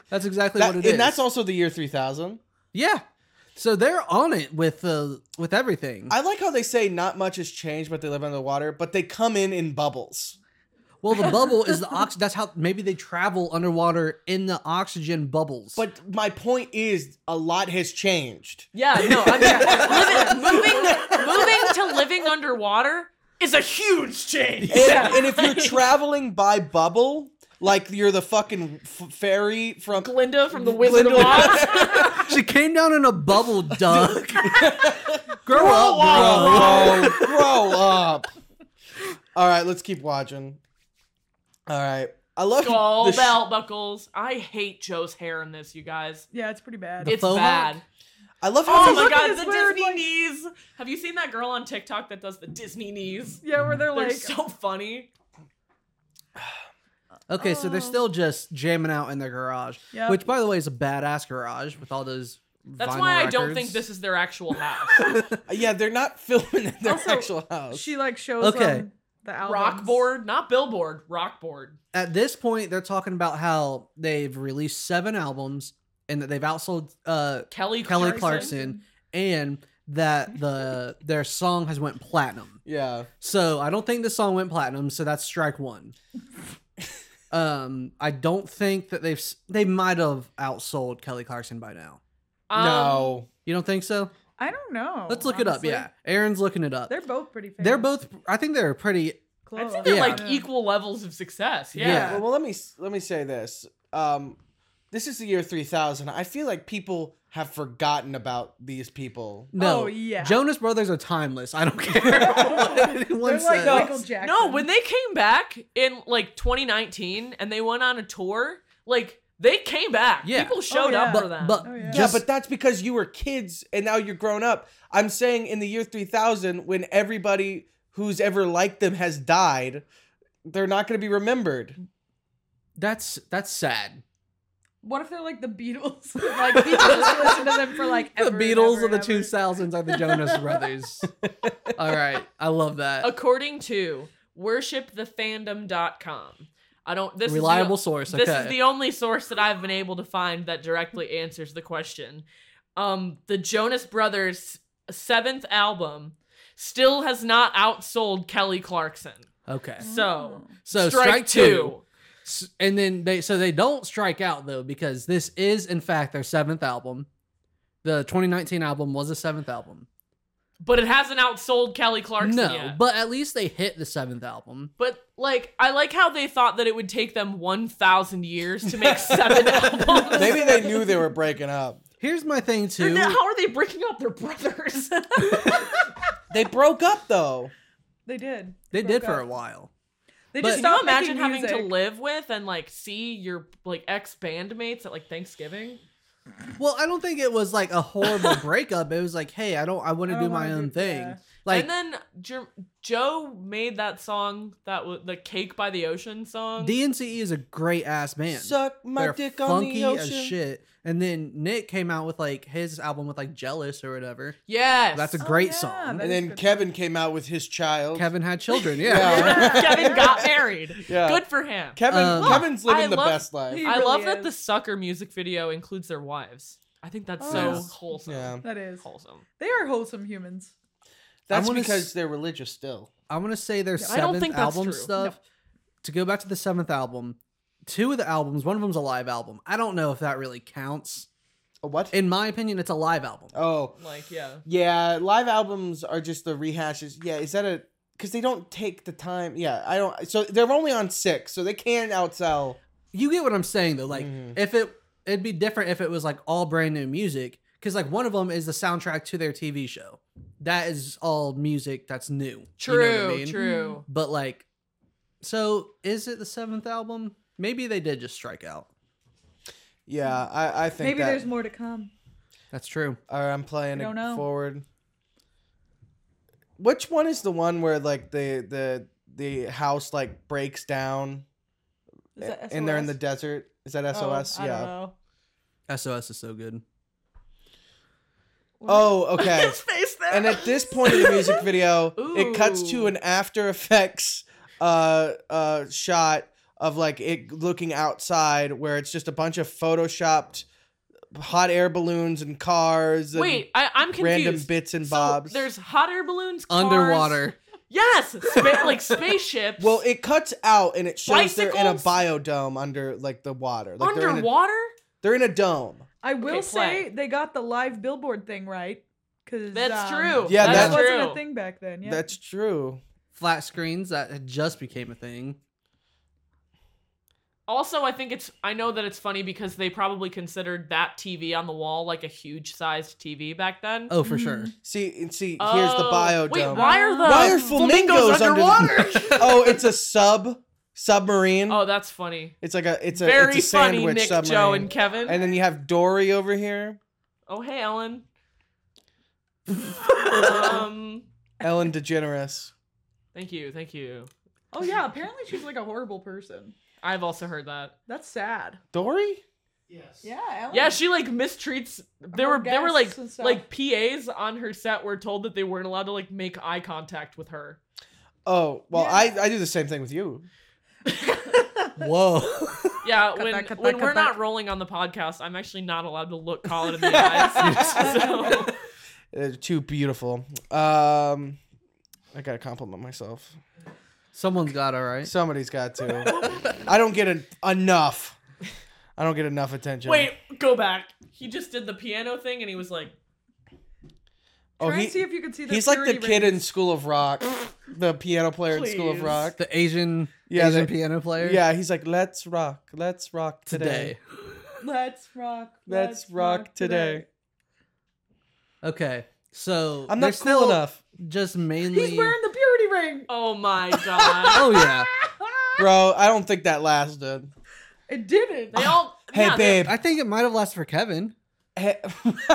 C: That's exactly
A: That-
C: what it
A: and
C: is.
A: that's also the year 3000.
C: yeah. So they're on it with uh, with everything.
A: I like how they say not much has changed, but they live underwater, but they come in in bubbles.
C: well, the
A: [laughs]
C: bubble is the ox. That's how maybe they travel underwater in the oxygen bubbles.
A: But my point is, a lot has changed.
B: Yeah, no, I'm living, moving, moving to living underwater is a huge change.
A: And, and if you're traveling by bubble, like you're the fucking f- fairy from.
B: Glinda from the Wizard of [laughs] Oz.
A: [laughs]
C: she came down in a bubble, duck. Grow
A: Grow
C: up, bro.
A: up, bro. Grow up. All right, let's keep watching. All right. I love
B: Skull
A: the sh-
B: belt buckles. I hate Joe's hair in this, you guys.
D: yeah, it's pretty bad.
B: it's
C: faux
B: bad.
C: hawk?
A: I love how
B: Oh
A: they-
B: my
D: look at
B: god,
D: his
B: the
D: weird,
B: Disney
D: like-
B: knees. Have you seen that girl on TikTok that does the Disney knees?
D: yeah, where they're
B: They're
D: like
B: so funny.
C: Okay, so they're
D: Oh.
C: still just jamming out in their garage,
D: Yep.
C: which, by the way, is a badass garage with all those.
B: That's
C: vinyl
B: why I don't think
C: records.
B: this is their actual house.
A: yeah, they're not [laughs] filming in their
D: Also,
A: actual house.
D: she like shows
C: Okay.
D: them the albums.
B: Rockboard, not billboard, rockboard.
C: At this point, they're talking about how they've released seven albums and that they've outsold uh,
B: Kelly
C: Kelly
B: Clarkson.
C: Clarkson, and that the their song has went platinum.
A: yeah.
C: So I don't think this song went platinum. So that's strike one.
B: [laughs]
C: um, I don't think that they've s- they might have outsold Kelly Clarkson by now.
B: Um,
A: no.
C: You don't think so?
D: I don't
B: Oh,
D: know.
C: Let's look
D: honestly.
C: it up. Yeah, Aaron's looking it up.
D: They're both pretty famous.
C: They're both. I think they're pretty.
D: close.
B: I'd say they're
C: Yeah.
B: like equal levels of success. Yeah.
C: Yeah.
A: Well, well, let me let me say this. Um, this is the year 3000. I feel like people have forgotten about these people.
C: No.
D: Oh, yeah.
C: Jonas Brothers are timeless.
B: [laughs]
C: I don't care. [laughs] what anyone
D: They're like
C: says.
D: Michael Jackson.
B: No, when they came back in like 2019 and they went on a tour, like They came back.
C: Yeah.
B: People showed
D: Oh, yeah.
B: up for them.
C: But, but
D: Oh, yeah.
A: Yeah,
C: just
A: but that's because you were kids and now you're grown up. I'm saying in the year 3000, when everybody who's ever liked them has died, they're not going to be remembered.
C: that's that's sad.
D: What if they're like the Beatles?
C: [laughs]
D: like people just listen to them for like ever
C: the
D: and
C: Beatles
D: ever
C: of the
D: and ever.
C: two thousands are the
D: [laughs]
C: Jonas Brothers. All right, I love that
B: according to worshipthefandom.com. I don't this
C: reliable
B: is
C: source.
B: the,
C: Okay,
B: this is the only source that I've been able to find that directly answers the question. Um the Jonas Brothers 7th album still has not outsold Kelly Clarkson.
C: okay.
B: So,
C: So
B: strike,
C: strike
B: two.
C: two. S- And then they so they don't strike out though because this is in fact their seventh album. The 2019 album was a seventh album.
B: but it hasn't outsold Kelly Clarkson
C: no,
B: yet.
C: but at least they hit the seventh album.
B: But like, I like how they thought that it would take them one thousand years to make seven albums.
A: Maybe they knew they were breaking up.
C: Here's my thing
B: They're
C: too.
B: not- [laughs] how are they breaking up their
D: [laughs]
B: brothers?
A: They broke up though.
D: they did.
C: they
D: broke
C: did for
D: up.
C: a while.
D: They
C: But-
D: just
B: Can you
D: stopped
B: imagine
D: making
B: having
D: music.
B: to live with and like see your like ex bandmates at like Thanksgiving?
C: Well, I don't think it was like a horrible breakup. It was like, hey, I don't, I want
D: I
C: to
D: don't
C: do my
D: wanna do-
C: own thing.
D: yeah.
C: Like
B: and then Jer- Joe made that song that was the Cake by the Ocean song.
C: DNCE E is a great ass band.
A: Suck my
C: They're
A: dick on
C: funky
A: the ocean.
C: as shit. And then Nick came out with like his album with like Jealous or whatever.
B: yes, [laughs]
C: That's a
D: Oh,
C: great
D: yeah,
C: song.
D: that-
A: And then Kevin came out with his child.
C: Kevin had children.
A: Yeah.
C: Yeah.
B: Kevin got married.
A: [laughs] Yeah.
B: Good for him.
A: Kevin
C: Um,
A: Kevin's living
B: I
A: the
B: love-
A: best life.
D: He
B: I
D: really
B: love that the
D: is.
B: sucker music video includes their wives. I think that's
D: Oh,
B: so
C: yes.
B: wholesome.
A: Yeah.
D: That is.
B: Wholesome.
D: They are wholesome humans.
A: That's
C: wanna
A: because
C: s-
A: they're religious still.
C: I want to say their
B: Yeah, I
C: seventh
B: don't think that's
C: album
B: true.
C: stuff. To go back to the seventh album, two of the albums, one of them's a live album. I don't know if that really counts.
A: A what?
C: In my opinion, it's a live album.
A: oh.
B: Like, yeah.
A: Yeah, live albums are just the rehashes. Yeah, is that a because they don't take the time. Yeah, I don't. So they're only on six, so they can outsell.
C: You get what I'm saying though. Like
A: Mhm.
C: if it, it'd be different if it was like all brand new music. Because like one of them is the soundtrack to their TV show. That is all music that's new. You
B: True,
C: know what I mean?
B: true.
C: But like, so is it the seventh album? Maybe they did just strike out.
A: Yeah, I I think
D: Maybe
A: that-
D: there's more to come.
C: That's true.
A: All right, I'm playing
D: I don't
A: it
D: know.
A: forward. Which one is the one where like the the the house like breaks down
D: Is that
A: and they're in the
D: SOS?
A: desert? Is that
D: Oh,
A: SOS?
D: I don't
A: yeah.
D: know.
C: SOS is so good.
A: Oh,
D: [laughs]
A: okay.
B: His face there.
A: and at this point in the music video, it cuts
B: Ooh.
A: to an After Effects uh, uh, shot of like it looking outside, where it's just a bunch of photoshopped hot air balloons and cars. And
B: Wait, I, I'm confused.
A: random bits and
B: So,
A: bobs.
B: there's hot air balloons, cars-
C: Underwater.
B: Yes,
A: [laughs]
B: spa- like spaceships.
A: well, it cuts out and it shows they're in a
B: Bicycles?
A: biodome under like the water. Like They're in, a,
B: underwater.
A: they're in a dome.
D: I will
B: Okay, slay.
D: say they got the live billboard thing right. Cause
B: That's
D: um,
B: true.
A: Yeah,
D: that
B: that's
A: that-
D: wasn't a
B: true.
D: thing back then. Yeah.
A: That's true.
C: Flat screens that had just became a thing.
B: Also, I think it's. I know that it's funny because they probably considered that TV on the wall like a huge sized TV back then.
C: Oh, for sure.
A: See, and see, here's the
B: Oh,
A: biodome.
B: Wait, why are the
A: Why are flamingos under the-
C: [laughs]
B: underwater?
A: [laughs] oh, it's a sub submarine.
B: oh, that's funny.
A: It's like a it's a
B: Very
A: it's a
B: funny,
A: sandwich
B: Nick,
A: submarine.
B: Joe, and Kevin.
A: And then you have Dory over here,
B: oh, hey, Ellen.
A: [laughs]
B: um,
A: Ellen DeGeneres.
B: thank you, thank you.
D: Oh yeah. Apparently she's like a horrible person.
B: I've also heard that.
D: That's sad.
A: Dory?
D: Yeah. Ellen.
B: Yeah, she [laughs] like mistreats. There
D: Her
B: were there were like
D: guests Oh. and stuff.
B: like PAs on her set were told that they weren't allowed to like make eye contact with
D: [gasps]
B: her.
A: Oh, well,
D: Yeah.
A: I, I do the same thing with you.
C: Whoa. [laughs]
B: Yeah,
D: Cut
B: when
D: that, cut that,
B: when
D: cut
B: we're
D: that.
B: not rolling on the podcast, I'm actually not allowed to look Colin
D: [laughs]
B: in the eyes. So-
A: They're too beautiful. Um, I gotta compliment myself.
C: Someone's got
A: [laughs]
C: all right.
A: Somebody's got to. I don't get en- enough. I don't get enough attention.
B: Wait, go back. He just did the piano thing and he was like,
A: oh,
D: Try
A: he,
D: and see if you can see.
A: he's like the kid in School of Rock, the piano player in School of
B: Please.
A: Rock.
C: The Asian,
A: Yeah,
C: Asian
A: the-
C: piano player.
A: Yeah, he's like, let's rock, let's rock today.
C: Today.
D: in. Let's rock.
A: Let's rock today.
C: Okay. So
A: I'm not
C: they're
A: cool
C: still
A: enough,
C: Just mainly.
D: He's wearing the purity ring.
B: "Oh my god."
D: [laughs]
C: oh yeah.
A: bro. I don't think that lasted.
D: It didn't.
B: They all
A: Hey,
B: Yeah, they-
A: babe.
C: I think it might have lasted for Kevin.
A: hey-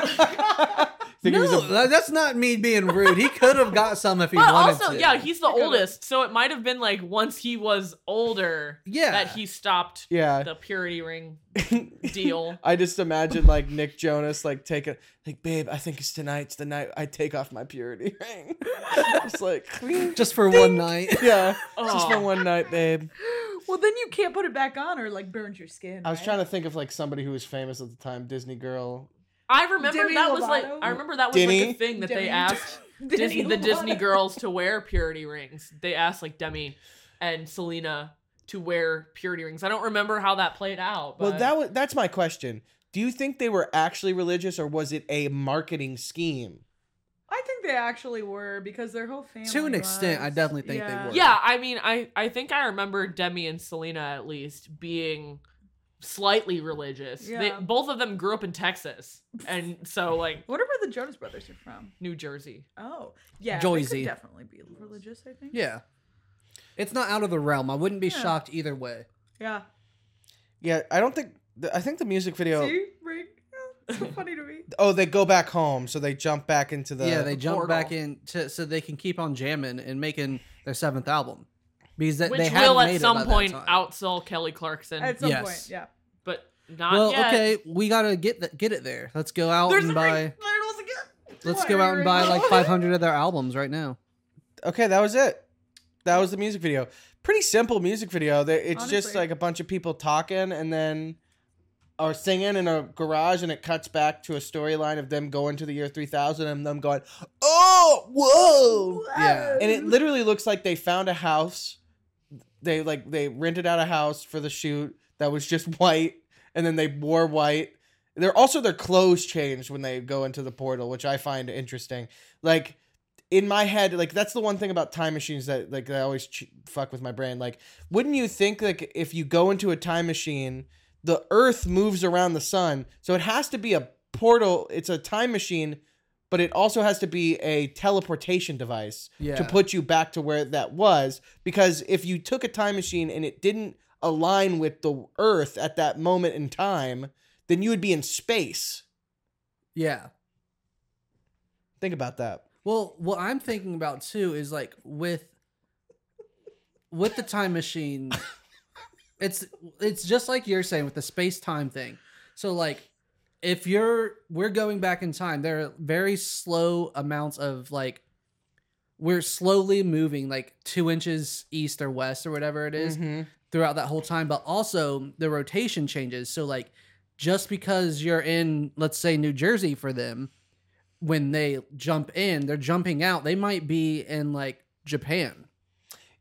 A: [laughs] Think it was
C: No,
A: a-
C: tha- that's not me being rude. He could have got some if he
B: But
C: wanted
B: also,
C: to.
B: yeah, he's the
D: could've-
B: oldest, so it might have been like once he was older
C: Yeah.
B: that he stopped
A: yeah.
B: the purity ring deal.
A: [laughs] I just imagine like Nick Jonas like take a like babe. I think it's tonight's the night I take off my purity [laughs] ring. It's like
C: just for one night.
B: [laughs]
A: yeah, just for
B: Oh.
A: one night, babe.
D: [gasps] Well, then you can't put it back on or like burns your skin.
A: I was
D: [laughs]
A: trying to think of like somebody who was famous at the time, Disney girl.
B: I remember
D: Demi
B: that was like
D: Lovato?
B: I remember that was like
A: Demi?
B: a thing that
D: Demi.
B: they
D: [laughs]
B: asked
D: to
B: Disney, the Disney girls to wear purity rings. They asked like Demi and Selena to wear purity rings. I don't remember how that played out. But
A: Well, that was that's my question. Do you think they were actually religious or was it a marketing scheme?
D: I think they actually were because their whole family.
C: To an extent, I
D: was-
C: definitely think they
D: Yeah.
C: were.
B: yeah, I mean, I I think I remember Demi and Selena at least being slightly religious. They,
D: Yeah.
B: both of them grew up in Texas, and so like
D: Wonder where the Jonas Brothers are from.
B: New Jersey.
D: Oh, yeah, they
C: Joyzy.
D: could definitely be religious. I think.
C: Yeah. It's not out of the realm. I wouldn't be
D: Yeah.
C: shocked either way.
D: Yeah.
A: Yeah, I don't think. th- I think the music video.
D: See, Rick, Oh, it's so funny to me.
A: Oh, they go back home, so they jump back into the.
C: yeah, they jump
B: portal.
C: back in to, so they can keep on jamming and making their seventh album. Because they,
B: Which
C: they hadn't
B: will
C: made
B: at
C: it by
B: some
C: that
B: point
C: time.
B: outsell Kelly Clarkson,
D: At some
C: Yes.
D: point, yeah.
B: but not
C: Well,
B: yet.
C: okay, we gotta get th- get it there. Let's go out
D: There's
C: and
D: a
C: buy.
D: ring. There it was again.
C: Let's go out and buy like 500 of their albums right now.
A: Okay, that was it. That was the music video. Pretty simple music video. They- It's just
D: Honestly.
A: like a bunch of people talking and then or singing in a garage, and it cuts back to a storyline of them going to the year three thousand and them going, "Oh, whoa!"
C: Yeah.
A: And it literally looks like they found a house. They like they rented out a house for the shoot that was just [laughs] white, and then they wore white. They're also their clothes changed when they go into the portal, which I find interesting. Like in my head, like that's the one thing about time machines that like I always ch- fuck with my brain. Like, wouldn't you think like if you go into a time machine, the Earth moves around the sun, so it has to be a portal. It's a time machine, but it also has to be a teleportation device
C: Yeah.
A: to put you back to where that was. Because if you took a time machine and it didn't align with the Earth at that moment in time, then you would be in space.
C: Yeah.
A: Think about that.
C: Well, what I'm thinking about too is like with with the time machine, it's it's just like you're saying with the space time thing. So like if you're we're going back in time, there are very slow amounts of like we're slowly moving like two inches east or west or whatever it is
A: Mhm.
C: throughout that whole time, but also the rotation changes. So like just because you're in let's say New Jersey for them, when they jump in, they're jumping out. They might be in like Japan.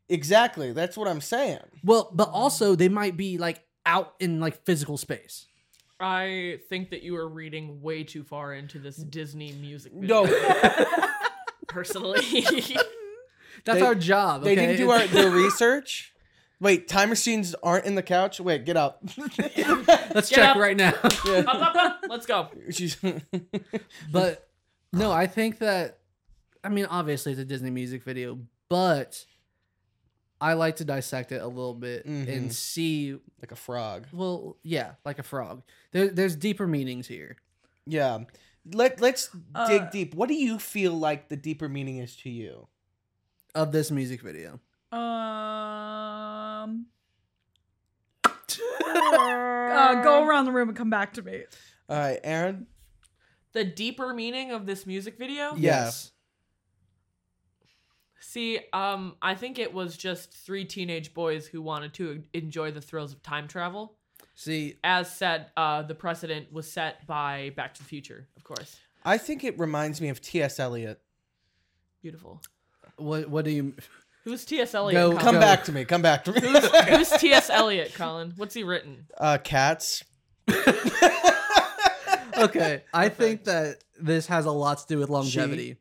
A: Exactly. That's what I'm saying.
C: Well, but also they might be like out in like physical space.
B: I think that you are reading way too far into this Disney music. [laughs]
A: No,
B: video, personally, [laughs]
C: That's
A: They-
C: our job.
A: they didn't
C: okay?
A: do our their research. Wait, time machines aren't in the couch. Wait, get up.
C: [laughs]
B: Get
C: Let's check
B: up.
C: right now. [laughs]
B: Up, up, up. let's go.
A: [laughs] She's- [laughs]
C: But no, I think that I mean obviously it's a Disney music video, but I like to dissect it a little bit
A: Mhm.
C: and see
A: like a frog.
C: Well, yeah, like a frog. There, there's deeper meanings here.
A: Yeah. Let let's
D: Uh,
A: dig deep. What do you feel like the deeper meaning is to you?
C: Of this music video.
D: Um. uh, go around the room and come back to me.
A: All right, Aaron.
B: The deeper meaning of this music video.
A: Yeah.
B: See, um, I think it was just three teenage boys who wanted to enjoy the thrills of time travel.
C: See,
B: As said, uh, the precedent was set by Back to the Future, of course.
A: I think it reminds me of T.S. Eliot.
B: Beautiful.
C: what what do [laughs] you
B: Who's T.S. Eliot?
C: Go-
B: Colin?
A: Come
C: Go.
A: back to me. Come back to me.
B: Oh, [laughs] Who's T.S. Eliot, Colin? What's he written?
A: [laughs] uh, cats.
C: Okay, I think that this has a lot to do with longevity.
B: In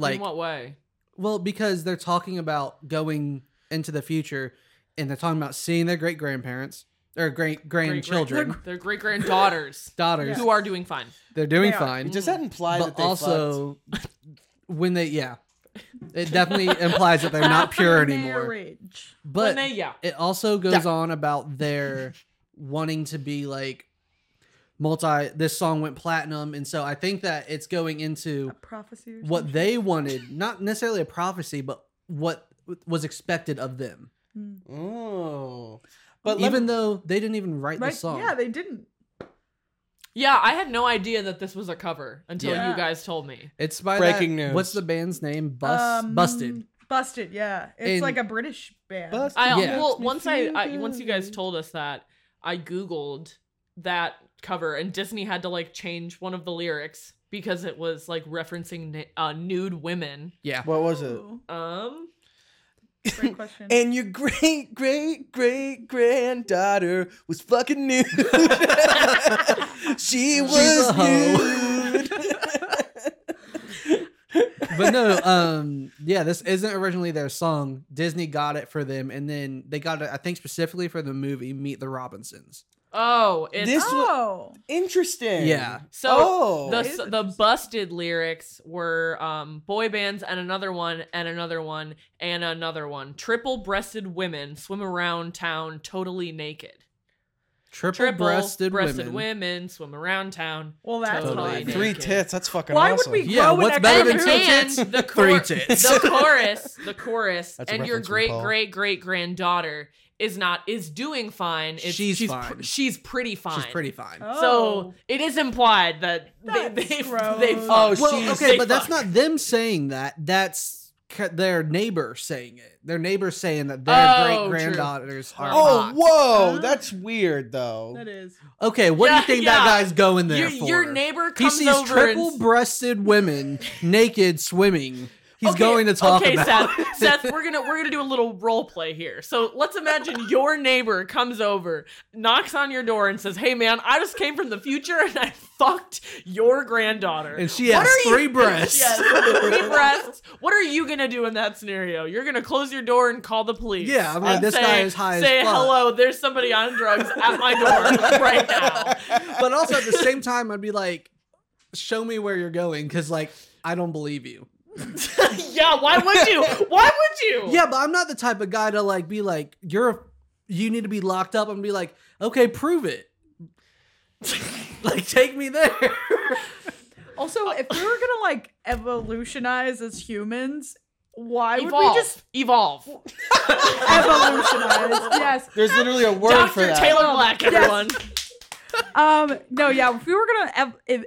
C: like
B: what way?
C: well, because they're talking about going into the future and they're talking about seeing their great grandparents or great grandchildren,
B: Their great granddaughters,
C: [laughs] daughters.
B: who are doing fine.
C: They're doing
D: They are.
C: fine.
A: Does that imply
C: but
A: that they also
C: also when they yeah. It definitely implies that they're not pure anymore.
D: Marriage.
B: when
C: But
B: they, yeah,
C: It also goes on about their wanting to be like multi this song went platinum and so I think that it's going into
D: A prophecy. Or
C: what they wanted, not necessarily a prophecy, but what was expected of them.
D: something.
A: Oh. But let
C: even
A: me-
C: though they didn't even write
D: right?
C: the song.
D: Yeah, they didn't.
B: Yeah, I had no idea that this was a cover until
D: Yeah.
B: you guys told me.
C: it's by
A: Breaking
C: that-
A: news.
C: What's the band's name? Bus,
D: Um,
C: Busted.
D: Busted. Yeah, it's
C: And-
D: like a British band.
A: Busted.
B: I uh,
C: Yeah.
B: well once I, I once you guys told us that, I googled that cover and Disney had to like change one of the lyrics because it was like referencing na- uh, nude women.
C: Yeah.
A: What was it?
D: Ooh,
B: Um,
C: [laughs]
D: Oh, Great question.
A: And your great great great granddaughter was fucking nude. she
C: She's a
A: was
C: hoe.
A: nude.
C: but no, um, yeah, this isn't originally their song. Disney got it for them, and then they got it, I think, specifically for the movie Meet the Robinsons.
B: oh, it's
A: This wa-
D: oh,
A: Interesting.
C: Yeah.
B: so
A: oh.
B: the
D: It is
B: s- the busted lyrics were um, boy bands and another one and another one and another one. Triple breasted women swim around town totally naked.
C: Triple
B: Triple breasted
C: breasted
B: women.
C: women.
B: swim around town.
D: well, that's
B: Totally
D: hot.
B: naked.
A: Three tits. That's fucking
D: Why
A: awesome.
D: would we?
C: Yeah,
D: grow an
C: what's
D: extra
C: better than
B: And
C: two
D: pair?
B: then
C: tits? [laughs]
B: the
C: Three
B: chor-
C: tits.
B: the chorus, the
A: [laughs]
B: chorus,
A: That's a
B: and your
A: reference from
B: great
A: Paul.
B: great great granddaughter is not is doing fine. It's,
C: She's
B: pr-
C: fine.
B: she's pretty fine.
C: She's pretty fine.
D: Oh.
B: So it is implied that they
D: That's
B: they [laughs] they
D: gross.
B: fuck.
A: Oh,
C: well,
A: she's-
C: okay,
B: They
C: but that's
B: fuck.
C: not them saying that. That's ca- their neighbor saying it. Their neighbor saying that their
B: Oh,
C: great granddaughters are.
A: Oh,
C: hot.
A: whoa.
D: Huh?
A: That's weird, though.
D: That is.
C: Okay, what do
B: Yeah,
C: you think that
B: yeah.
C: guy's going there
B: Your,
C: for?
B: your neighbor
C: He
B: comes
C: sees
B: over and
C: triple-breasted [laughs] women naked swimming. He's
B: Okay,
C: going to talk
B: okay,
C: about.
B: Seth, Seth, we're gonna we're gonna do a little role play here. So let's imagine your neighbor comes over, knocks on your door, and says, "Hey, man, I just came from the future and I fucked your granddaughter."
C: [laughs] and she has
B: are you-
C: [laughs] three breasts.
B: Yes, three breasts. What are you gonna do in that scenario? You're gonna close your door and call the police.
C: Yeah, I'm like,
B: and
C: this
B: say,
C: guy is high as
B: Say
C: fuck.
B: hello. There's somebody on drugs at my
C: [laughs]
B: door right now.
C: but also at the same time, I'd be like, show me where you're going, because like I don't believe you.
B: yeah, why would you? Why would you?
C: Yeah, but I'm not the type of guy to like be like, you're, a, you need to be locked up, and be like, okay, prove it. [laughs] like, take me there. [laughs]
A: Uh,
D: Also, if we were gonna like evolutionize as humans, why would
B: Evolve.
D: we just
B: Evolve.
A: [laughs]
D: evolutionize? yes.
A: There's literally a word for
B: Dr.
A: that.
B: Taylor Black,
D: Yes.
B: everyone.
D: Um. No. Yeah. If [laughs] we were gonna, ev- ev-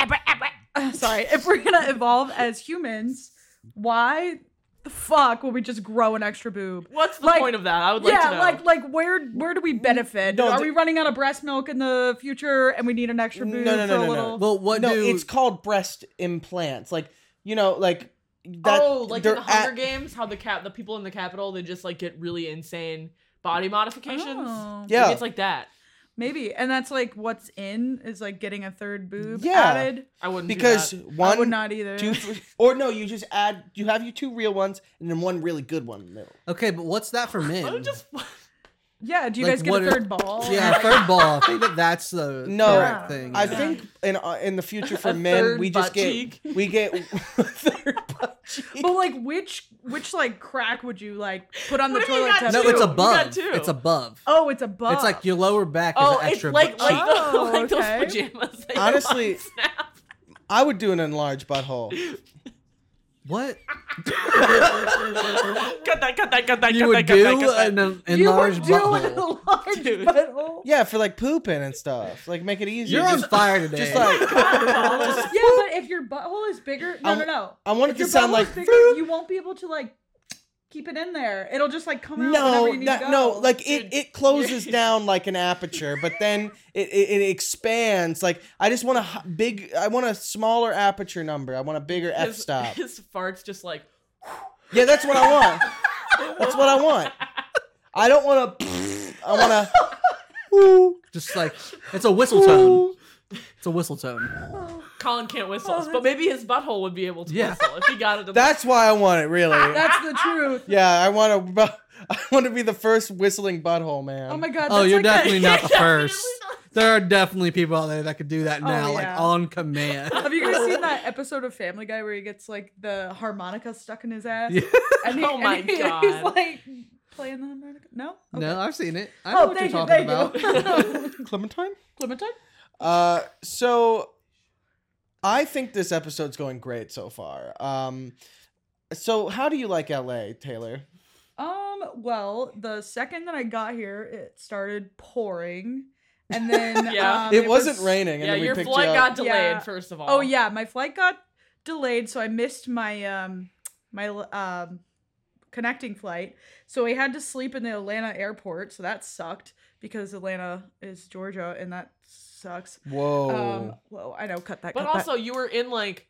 D: ev- ev- ev- uh, sorry, if we're gonna evolve as humans, why the fuck would we just grow an extra boob?
B: What's the
D: Like-
B: point of that? I would like
D: yeah,
B: to know.
D: like like where where do we benefit?
A: No,
D: Are
A: the-
D: we running out of breast milk in the future, and we need an extra
A: No,
D: boob
A: no, no,
D: for
A: no,
D: a
A: no.
D: little?
C: well, what
A: no,
C: do?
A: it's called breast implants. Like you know, like that.
B: oh, like in
A: they're
B: the Hunger
A: at-
B: Games, how the cap the people in the Capitol they just like get really insane body modifications.
D: Oh,
A: Yeah.
B: Maybe it's like that.
D: maybe, and that's like what's in is like getting a third boob
A: Yeah.
D: added.
B: I wouldn't do
A: Because
B: that.
A: one,
D: I would not either.
A: two, three- or no, you just add. You have your two real ones and then one really good one in the middle.
C: okay, but what's that for men?
B: I would [laughs] just
D: yeah, do you
C: Like,
D: guys get
C: what
D: a
C: if-
D: third ball?
B: [laughs]
C: Yeah, third ball. I think that that's the
A: No,
C: correct thing.
A: I
D: Yeah.
A: think in uh, in the future for
B: [laughs] A
A: men,
B: third
A: we just
B: butt
A: get
B: cheek.
A: we get [laughs] third butt
B: [laughs]
A: cheek.
D: But like, which which like crack would you like put on
B: What
D: the
B: do you mean
D: toilet
B: you got
D: test?
C: no,
B: two?
C: it's
B: You got
C: above.
B: two.
C: It's above.
D: oh, it's a bug.
C: It's like your lower back is
B: Oh,
C: an
B: it's
C: extra
B: like
C: butt
B: like,
C: cheek.
B: the,
D: Oh,
B: [laughs] like
D: okay.
B: those pajamas. that you
A: Honestly-
B: buy on [laughs] Snap.
A: I would do an enlarged butthole.
C: What
B: cut that, cut that, cut that,
C: you
B: cut
C: would
B: that, cut that,
C: do
B: cut
C: [laughs]
B: that.
C: an en-
D: you would
C: enlarged
D: do an
C: butthole?
D: enlarged
B: Dude.
D: butthole.
A: Yeah, for like pooping and stuff. Like make it easier.
C: You're on
A: Just-
C: fire today.
A: just like
D: yeah, but if your butthole is bigger, no,
A: I-
D: no, no.
A: I want it
D: If
A: to
D: your
A: sound
D: butthole's
A: like
C: [laughs]
D: bigger, you won't be able to like keep it in there. It'll just like come out. whenever
A: no,
D: you need
A: not,
D: to go.
A: no, like it,
B: Dude.
A: it closes down like an aperture, but then it, it, it expands. Like I just want a h- big, I want a smaller aperture number. I want a bigger f
B: His,
D: [laughs]
A: stop.
B: his farts just like
A: Yeah, that's what I want. That's what I want. I don't want to. I want to. Ooh,
C: just like it's a whistle tone.
A: ooh.
C: It's a whistle tone.
B: Colin can't whistle,
D: Oh,
B: but
D: that's-
B: maybe his butthole would be able to
C: Yeah.
B: whistle if he got it. to-
A: That's why I want it,
D: [laughs]
A: really.
D: that's the truth.
A: Yeah, I want to. [laughs] I want to be the first whistling butthole man.
D: Oh my god.
C: Oh,
D: that's
C: you're
D: like
C: definitely
D: that. [laughs]
C: not the first. There are definitely people out there that could do that
D: Oh,
C: now,
D: yeah.
C: like on
D: [laughs]
C: command.
D: Have you guys seen that episode of Family Guy where he gets like the harmonica stuck in his ass?
C: Yeah.
D: And
B: [laughs]
D: he, [laughs]
B: Oh my
D: and he-
B: God.
D: He's like play in the America? No.
C: No, I've seen it. I know
D: Oh,
C: what
D: thank
C: you're
D: you,
C: talking
D: thank
C: about.
D: you. [laughs]
A: Clementine?
D: Clementine.
A: Uh, so I think this episode's going great so far. Um, so how do you like LA, Taylor?
D: Um, well, the second that I got here, it started pouring. And
B: [laughs]
D: then
B: Yeah.
D: um,
A: it wasn't
D: was-
A: raining, and
B: yeah,
A: then we
B: your
A: picked
B: flight
A: you
B: got
A: up.
B: delayed.
D: Yeah.
B: First of all.
D: Oh yeah, my flight got delayed, so I missed my um my um connecting flight. So we had to sleep in the Atlanta airport, so that sucked because Atlanta is Georgia and that sucks.
A: Whoa!
D: Um whoa, I know, cut that.
B: But
D: cut that.
B: also, you were in like,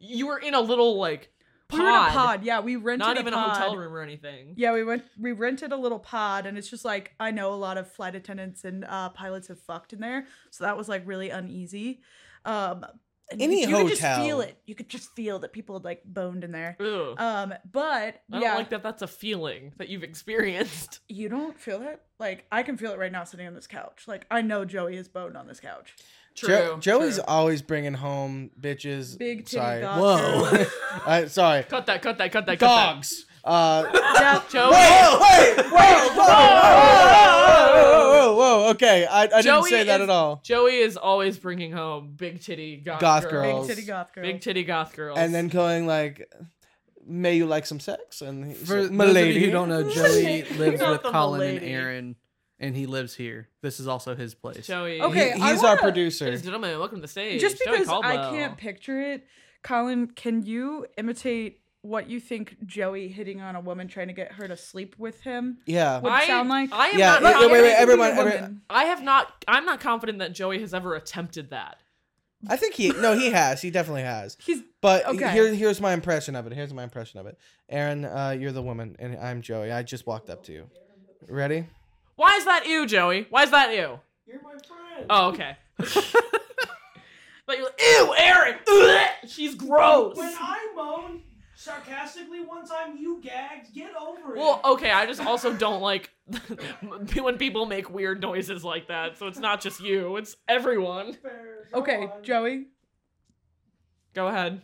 B: you were in a little like pod,
D: We were in a pod, yeah, we rented
B: not even a,
D: pod.
B: hotel room or anything.
D: Yeah, we went. We rented a little pod, and it's just like I know a lot of flight attendants and uh, pilots have fucked in there, so that was like really uneasy. Um, and
A: Any
D: you, could just
A: hotel.
D: feel it. You could just feel that people had like boned in there.
B: Ugh.
D: Um, but
B: I don't
D: yeah,
B: like that. That's a feeling that you've experienced.
D: [laughs] you don't feel that. Like I can feel it right now sitting on this couch. Like I know Joey is boned on
B: [laughs]
D: this couch.
A: Jo-
B: True.
A: Joey's
B: true.
A: always bringing home bitches.
D: Big titty
A: sorry.
C: [laughs]
D: dog.
C: [laughs] Whoa.
A: I- sorry.
B: Cut that. Cut that. Cut that. Cut
A: Dogs.
B: [laughs]
A: Uh,
D: yeah,
B: That. Joey.
A: whoa! Wait! Whoa! Whoa! Whoa! Whoa! Whoa! Whoa! Okay, I, I didn't
B: Joey
A: say that
B: is-
A: at all.
B: Joey is always bringing home big titty goth,
A: Goth
D: big
A: girls.
D: titty goth girl.
B: Big titty goth girls.
A: And then going like, "May you like some sex?" And he
C: For
A: said,
C: those of you
A: "Milady."
C: who don't
D: [laughs]
A: [laughs]
C: know, Joey lives
D: Not
C: with
D: the
C: Colin and
D: milady.
C: Aaron, and he lives here. This is also his place. [laughs]
B: Joey.
A: He-
D: Okay, I
A: he's our
D: wanna-
A: producer.
B: Ladies and gentlemen, welcome to the stage.
D: Just
B: Joey
D: because I
B: Caldwell.
D: can't picture it, Colin, can you imitate what you think Joey hitting on a woman trying to get her to sleep with him?
A: Yeah.
D: What- it
B: I,
D: sound like-
B: I am
A: Yeah,
B: not
A: wait, wait, wait,
B: confident-
A: every- everyone-
D: Be a
A: every-
D: woman.
B: I have not. I'm not confident that Joey has ever attempted that.
A: I think he no, he has. He definitely has.
D: He's
A: But
D: Okay.
A: here, here's my impression of it. Here's my impression of it. Aaron, uh, you're the woman, and I'm Joey. I just walked up to you. Ready?
B: Why is that you, Joey? Why is that you? You're my friend. Oh,
D: [laughs]
B: okay. but you're like, ew, Aaron. Ugh, [laughs] she's gross.
E: When I moan sarcastically one time, you gagged. Get over
B: Well, oh,
E: it.
B: okay. I just also don't like [laughs] when people make weird noises like that. So it's not just you; it's everyone.
E: Fair. Go
D: okay,
E: on.
D: Joey.
B: Go ahead.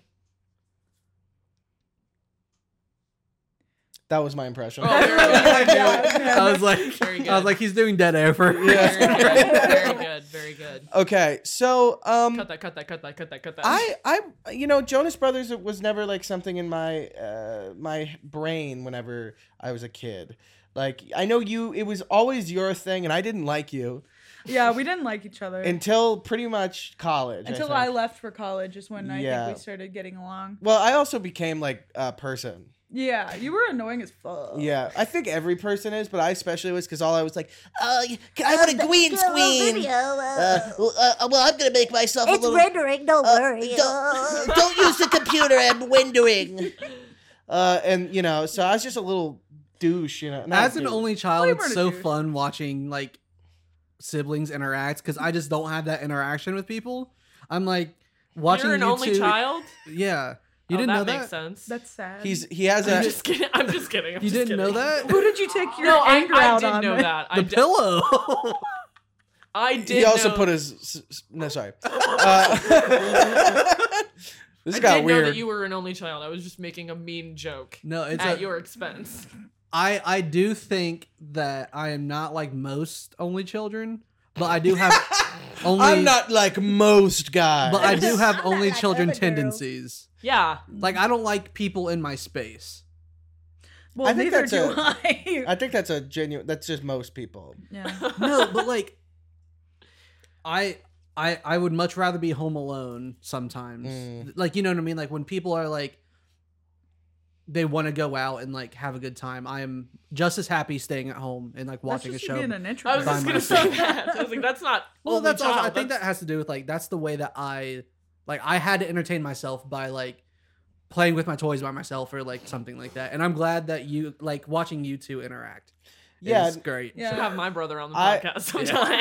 A: That was my impression.
B: Oh, there
A: [laughs]
D: [laughs]
B: we go.
C: I was like,
B: Very good.
C: I was like, he's doing dead air
D: [laughs]
C: for.
B: Very
A: Yeah.
B: good. Very good. Very good.
A: okay, so um,
B: Cut that. Cut that. Cut that. Cut that. Cut that.
A: I I you know Jonas Brothers was never like something in my uh my brain whenever I was a kid. Like I know you, it was always your thing, and I didn't like you
D: Yeah, we didn't like each other
A: until pretty much college.
D: until
A: think.
D: I left for college. Is when I
A: Yeah.
D: think we started getting along.
A: Well, I also became like a person.
D: Yeah, you were annoying as fuck.
A: Yeah, I think every person is, but I especially was because all I was like, oh, you- I want a green screen.
F: Video, uh,
A: Uh, well, uh, well, I'm gonna make myself
F: it's
A: a little.
F: rendering, don't
A: uh,
F: worry. [laughs]
A: don't, [laughs] don't use the computer. I'm windowing. Uh, and you know, so I was just a little douche, you know. not
C: As an
A: douche.
C: only child,
D: Well, you
C: it's
D: weren't a
C: so
D: douche.
C: fun watching like siblings interact because I just don't have that interaction with people. I'm like watching
B: You're an
C: you
B: only
C: two-
B: child.
C: Yeah, you
B: Oh,
C: didn't
B: that
C: know that.
B: makes sense.
D: that's sad.
A: he's he has
B: I'm
A: a
B: just kidding. I'm just kidding. I'm
C: You
B: just
C: didn't know
B: kidding.
C: that.
D: Who did you take your
B: No, I,
D: anger
B: I
D: out
B: did
D: on?
B: know that. [laughs] I
C: The
B: did.
C: pillow. [laughs]
B: I did.
A: he also
B: know,
A: put his s- s- no
B: [laughs]
A: sorry. Uh, [laughs] this
B: I
A: got
B: did
A: weird.
B: know that you were an only child. I was just making a mean joke
C: no, it's
B: at
C: a,
B: your expense.
C: I I do think that I am not like most only children, but I
B: [laughs]
C: do have only.
A: I'm not like most guys.
C: But I do have
F: I'm not
C: only
F: like
C: children
F: other girls.
C: tendencies.
B: Yeah.
C: Like I don't like people in my space.
D: Well,
A: I think
D: neither
A: that's
D: do
A: a-
B: [laughs]
D: I.
A: I think that's a genuine. That's just most people.
D: yeah.
C: No, but like I I I would much rather be home alone sometimes.
A: Mm.
C: Like you know what I mean? Like when people are like they want to go out and like have a good time. I am just as happy staying at home and like watching
D: that's
C: a
D: just you
C: show.
D: Being an introvert.
B: I was just
C: By
B: gonna say that. I was like, that's not.
C: well,
B: only
C: that's
B: child.
C: also, I think
B: that's-
C: that has to do with like that's the way that I like I had to entertain myself by like playing with my toys by myself or like something like that. And I'm glad that you like watching you two interact.
A: Yeah,
C: is great.
D: Yeah.
B: should have my brother on the
A: I-
B: podcast
A: I,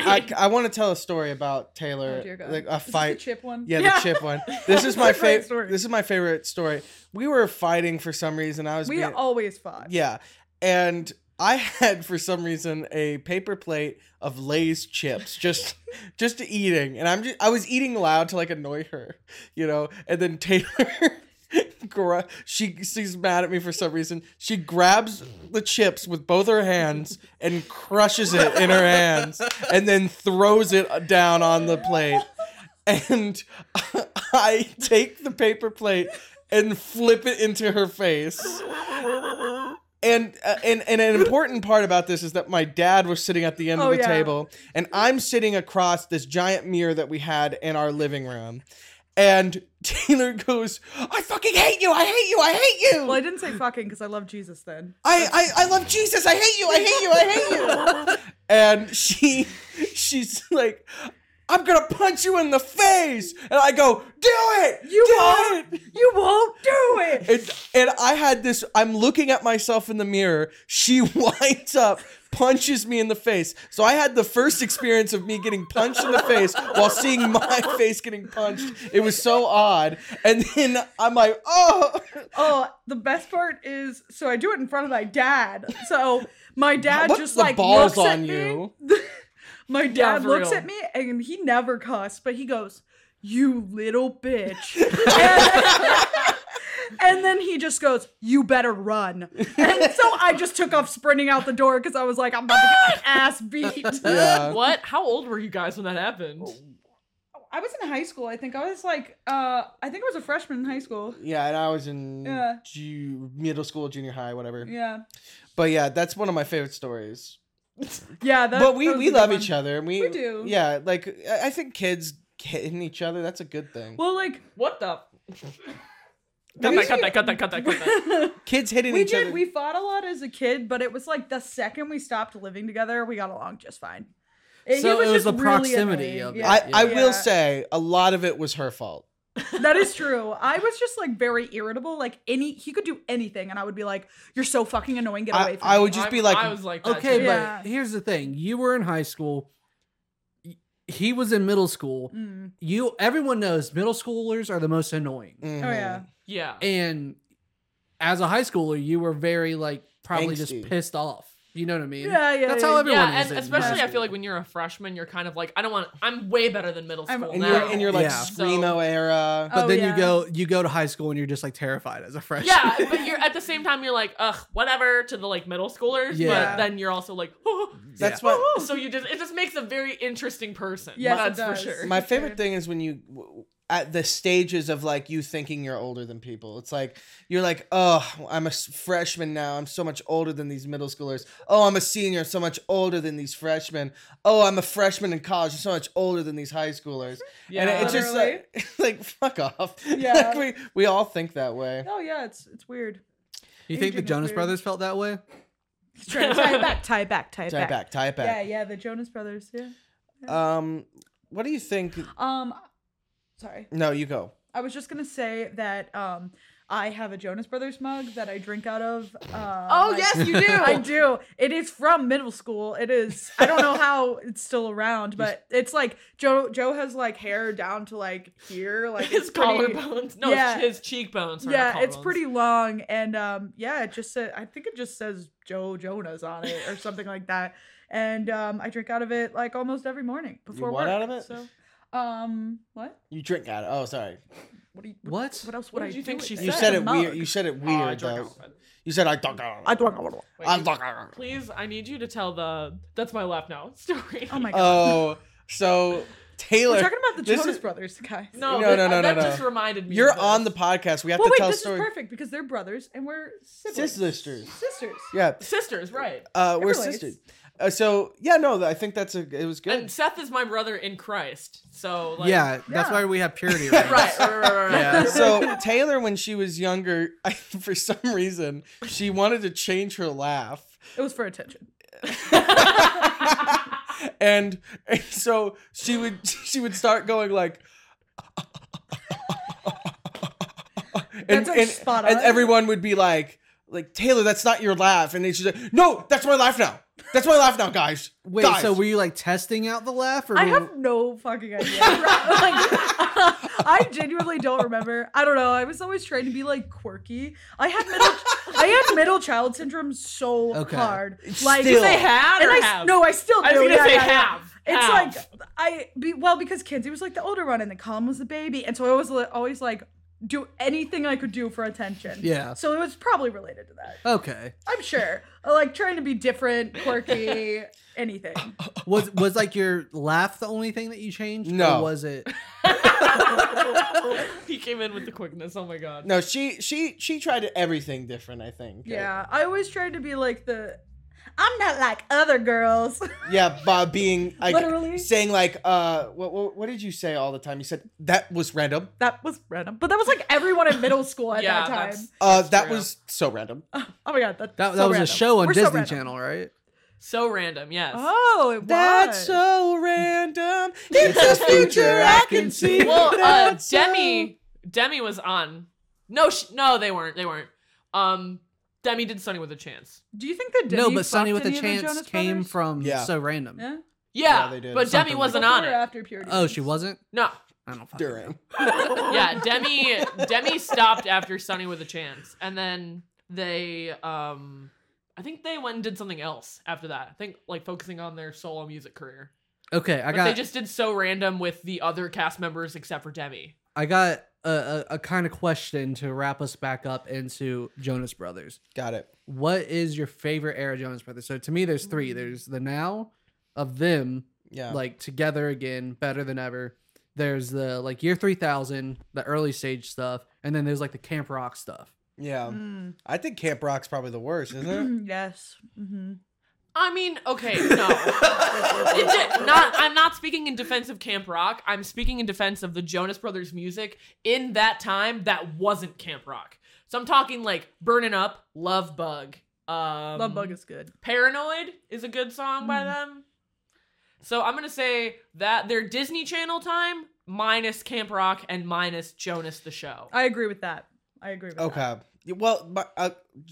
B: sometime.
A: want to tell a story about
D: Oh,
A: Taylor,
D: dear God.
A: like a
D: Is this
A: fight.
D: the chip one.
A: yeah, the chip
D: [laughs]
A: one. This is my
D: That's a great
A: favorite.
D: story.
A: This is my favorite story. We were fighting for some reason. I was
D: We
A: being,
D: always
A: [laughs]
D: fought.
A: yeah, and I had for some reason a paper plate of Lay's chips, just [laughs] just eating, and I'm just I was eating loud to like annoy her, you know, and then Taylor. [laughs] gra- she she's mad at me for some reason. She grabs the chips with both her hands and crushes it in her hands, and then throws it down on the plate. And [laughs] I take the paper plate and flip it into her face. And, uh, and and an important part about this is that my dad was sitting at the end
D: Oh,
A: of the
D: yeah.
A: table, and I'm sitting across this giant mirror that we had in our living room. And Taylor goes, I fucking hate you. I hate you. I hate you.
D: Well, I didn't say fucking because I love Jesus then.
A: I, I, I love Jesus. I hate you. I hate you. I hate you. and she she's like, I'm gonna punch you in the face. And I go, do it.
D: You
A: do
D: won't.
A: it!"
D: You won't do it.
A: And, and I had this. I'm looking at myself in the mirror. She [laughs] winds up, punches me in the face. So I had the first experience of me getting punched in the face while seeing my [laughs] face getting punched. It was so odd. And then I'm like, oh.
D: [laughs] Oh, the best part is so I do it in front of my dad. So my dad
A: What's
D: just
A: the
D: like
A: balls
D: looks at
A: on
D: [laughs]
A: you?
D: me. my dad
B: for
D: looks
B: real.
D: at me and he never cussed, but he goes, "You little
A: [laughs]
D: bitch," and, and then he just goes, "You better run." And so I just took off sprinting out the door because I was like, "I'm about to
A: [laughs]
D: get my ass beat." [laughs]
A: Yeah.
B: [laughs] What? How old were you guys when that happened?
D: I was in high school. I think I was like, uh, I think I was a freshman in high school.
A: Yeah, and I was in
D: Yeah.
A: ju- middle school, junior high, whatever.
D: Yeah,
A: But yeah, that's one of my favorite stories.
D: yeah. That,
A: but we,
D: that was
A: we
D: a good
A: love
D: one.
A: each other. and We,
D: We do.
A: Yeah, like I I think kids hitting each other, that's a good thing.
D: Well, like
B: What the? Cut
A: Maybe
B: that, cut that, cut that, cut that, cut
D: [laughs]
B: that.
A: kids hitting
D: we
A: each
D: did.
A: other.
D: We fought a lot as a kid, but it was like the second we stopped living together, we got along just fine. he
C: So it was
D: just
C: the proximity of it.
D: annoying,
A: I, I
D: yeah.
A: will say a lot of it was her fault.
D: that is true. I was just like very irritable. Like any, he could do anything, and I would be like, "You're so fucking annoying. Get away
A: I,
D: from
A: I
D: me."
A: would just
B: I-
A: be like,
B: I was like, that
C: Okay,
B: too.
D: Yeah.
C: but here's the thing: you were in high school. y- He was in middle school.
D: Mm.
C: You, everyone knows middle schoolers are the most annoying.
A: mhm.
D: Oh yeah.
B: yeah.
C: And as a high schooler, you were very like probably
A: Angsty.
C: just pissed off. You know what I mean?
D: Yeah, yeah,
C: That's
D: yeah,
C: how
D: yeah.
C: everyone
B: yeah,
C: is.
B: and
C: in
B: especially I
C: high
B: feel
C: school.
B: like when you're a freshman, you're kind of like, I don't want. I'm way better than middle
D: I'm-
B: school
D: And
A: And
B: now.
A: you're in your like
C: Yeah.
A: screamo
B: So-
A: era.
C: But
D: Oh,
C: then
D: yeah.
C: you go, you go to high school and you're just like terrified as a freshman.
B: yeah,
A: [laughs]
B: but you're at the same time you're like, ugh, whatever to the like middle schoolers,
C: Yeah.
B: but then you're also like, [laughs] oh.
A: That's
C: Yeah.
A: what
B: so you just it just makes a very interesting person.
D: Yes, it
B: that's for
D: does.
B: sure.
D: [laughs]
A: my
D: For sure.
A: favorite thing is when you w- at the stages of like you thinking you're older than people it's like you're like oh i'm a s- freshman now i'm so much older than these middle schoolers oh i'm a senior I'm so much older than these freshmen oh i'm a freshman in college I'm so much older than these high schoolers
B: yeah,
A: and it- it's just like, [laughs] like fuck off
D: Yeah.
A: like, [laughs] we, we all think that way
D: Oh yeah, it's
C: [laughs]
D: it's weird.
C: [laughs] You think the
D: Aging is
C: Jonas
D: weird.
C: Brothers felt that way?
D: Try, tie it back. Tie it back. Tie it
A: tie it
D: back.
A: back tie it
D: Yeah,
A: back
D: yeah. The Jonas Brothers. Yeah.
A: um what do you think
D: Um, sorry.
A: no you go
D: I was just gonna say that um, I have a Jonas Brothers mug that I drink out of. Uh,
B: Oh,
D: my-
B: yes,
D: [laughs]
B: you do.
D: I do. It is from middle school. It is. I don't know how it's still
B: [laughs]
D: around, but it's like Joe. Joe has like hair down to like
B: [laughs]
D: here, like
B: [laughs] his
D: it's pretty-
B: collarbones. No,
D: yeah.
B: his cheekbones. Are not
D: [laughs] Yeah, it's
B: collarbones.
D: pretty long, and um, yeah, it just said. I think it just says Joe Jonas on it or something like that. And um, I drink out of it like almost every morning before
A: what
D: work.
A: out of it?
D: So, um, what?
A: you drink out of oh sorry
D: What do you? What?
C: What?
D: What else
B: What
D: would I
B: did you
D: do
B: think
D: with
B: she
A: you
B: Is that
A: said
D: a
A: it
D: mug?
A: weird you said it
B: Oh, I
A: weird
B: drank
A: though
B: out of it.
A: you said i don't know.
D: I don't.
B: Wait,
A: I'm
B: you- Please, I need you to tell the that's my laugh now [laughs] story.
D: Oh my god.
A: Oh, so Taylor,
D: We're talking about the
A: this
D: Jonas
A: is-
D: Brothers, guys.
B: No,
A: No, no,
B: no, no,
A: no,
B: That
A: no, no.
B: just reminded me.
A: you're
B: of this.
A: on the podcast. We have
D: Well,
A: to
D: wait,
A: tell
D: this
A: story.
D: is perfect because they're brothers and we're siblings.
A: Sisters.
D: Sisters.
A: Yeah,
B: sisters, right?
A: uh, we're
D: relates.
A: sisters. Uh, so yeah, no, I think that's a. It was good.
B: And Seth is my brother in Christ. So like,
C: yeah, that's
D: yeah.
C: why we have
D: [laughs]
C: purity. Right.
B: right, right,
A: [laughs]
B: right, right, right.
C: Yeah.
A: so Taylor, when she was younger, [laughs] I, for some reason, she wanted to change her laugh,
D: It was for attention.
A: and, and so she would she would start going like. And,
D: That's, like,
A: and,
D: spot
A: and
D: on.
A: everyone would be like, like Taylor, that's not your laugh, and then she's like, no, that's my laugh now. That's my laugh now, guys.
C: Wait,
A: Guys."
C: so were you like testing out the laugh? Or
D: I
C: were-
D: have no fucking idea. [laughs] Like, I genuinely don't remember. I don't know. I was always trying to be like quirky. I had middle I had middle child syndrome so
C: Okay.
D: hard. Like
A: Still.
B: They had
D: and
B: or
D: I s-
B: have?
D: no, I still do.
B: I was gonna
D: Yeah,
B: say
D: yeah, yeah.
B: have.
D: It's
B: have.
D: like I be, well because Kinsey was like the older one and then Colin was the baby, and so I was li- always like do anything I could do for attention.
C: Yeah.
D: So it was probably related to that.
C: Okay.
D: I'm sure. [laughs] like trying to be different,
C: [laughs]
D: quirky, anything.
C: Was was like your laugh the only thing that you changed?
A: No.
C: Or was it
B: [laughs] he came in with the quickness. Oh my god.
A: No, she she she tried everything different. I think.
D: Yeah. I always tried to be like the I'm not like other girls. [laughs]
A: Yeah, by being like
D: Literally.
A: saying like uh what, what what did you say all the time? You said that was random.
D: that was random. But that was like everyone in middle school
B: [laughs]
D: at
B: Yeah,
D: that time.
B: that's-
A: Uh that
B: true.
A: was so random.
D: [laughs] Oh my god, that
C: that, that
D: so
C: was a
D: random.
C: show on
D: We're so
C: Disney
D: random.
C: Channel, right?
B: So random. Yes.
D: Oh, it was.
A: That's so random. It's a [laughs] future I can see.
B: Well,
D: [laughs]
B: uh,
A: That's so-
B: Demi Demi was on. No, sh- no, they weren't. They weren't. Um, Demi did Sunny with a Chance.
D: Do you think that Demi
C: no, but Sunny
D: fucked
C: with a
D: any of the
C: Chance
D: Jonas
C: came
D: Brothers?
C: from
A: Yeah.
C: So Random.
D: Yeah.
B: Yeah,
A: Yeah, they did.
B: but
A: Something
B: Demi
A: like
B: wasn't
D: Before
B: on
D: or
B: it.
D: After purity.
C: Oh, she
D: Rings?
C: wasn't?
B: No.
C: I don't fucking know.
A: during.
B: Yeah, Demi Demi stopped after Sunny with a Chance, and then they um. I think they went and did something else after that. I think like focusing on their solo music career.
C: Okay, I
B: but
C: got
B: they just did so random with the other cast members except for Demi.
C: I got a, a, a kind of question to wrap us back up into Jonas Brothers.
A: Got it.
C: What is your favorite era Jonas Brothers? So to me, there's
D: Mm.
C: three. There's the now of them,
A: Yeah.
C: like together again, better than ever. There's the like year 3000, the early stage stuff, and then there's like the camp rock stuff.
A: yeah.
D: Mm.
A: I think Camp Rock's probably the worst, isn't
B: Um,
A: it?
D: [clears throat] yes. Mm-hmm.
B: I mean, okay, no.
A: [laughs]
B: It did- not, I'm not speaking in defense of Camp Rock. I'm speaking in defense of the Jonas Brothers music in that time that wasn't Camp Rock. So I'm talking like Burning Up, Love Bug. Um,
D: Love Bug is good.
B: Paranoid is a good song by
D: Mm.
B: them. So I'm going to say that their Disney Channel time minus Camp Rock and minus Jonas the Show.
D: I agree with that. I agree with that.
A: Okay. Well, but, uh,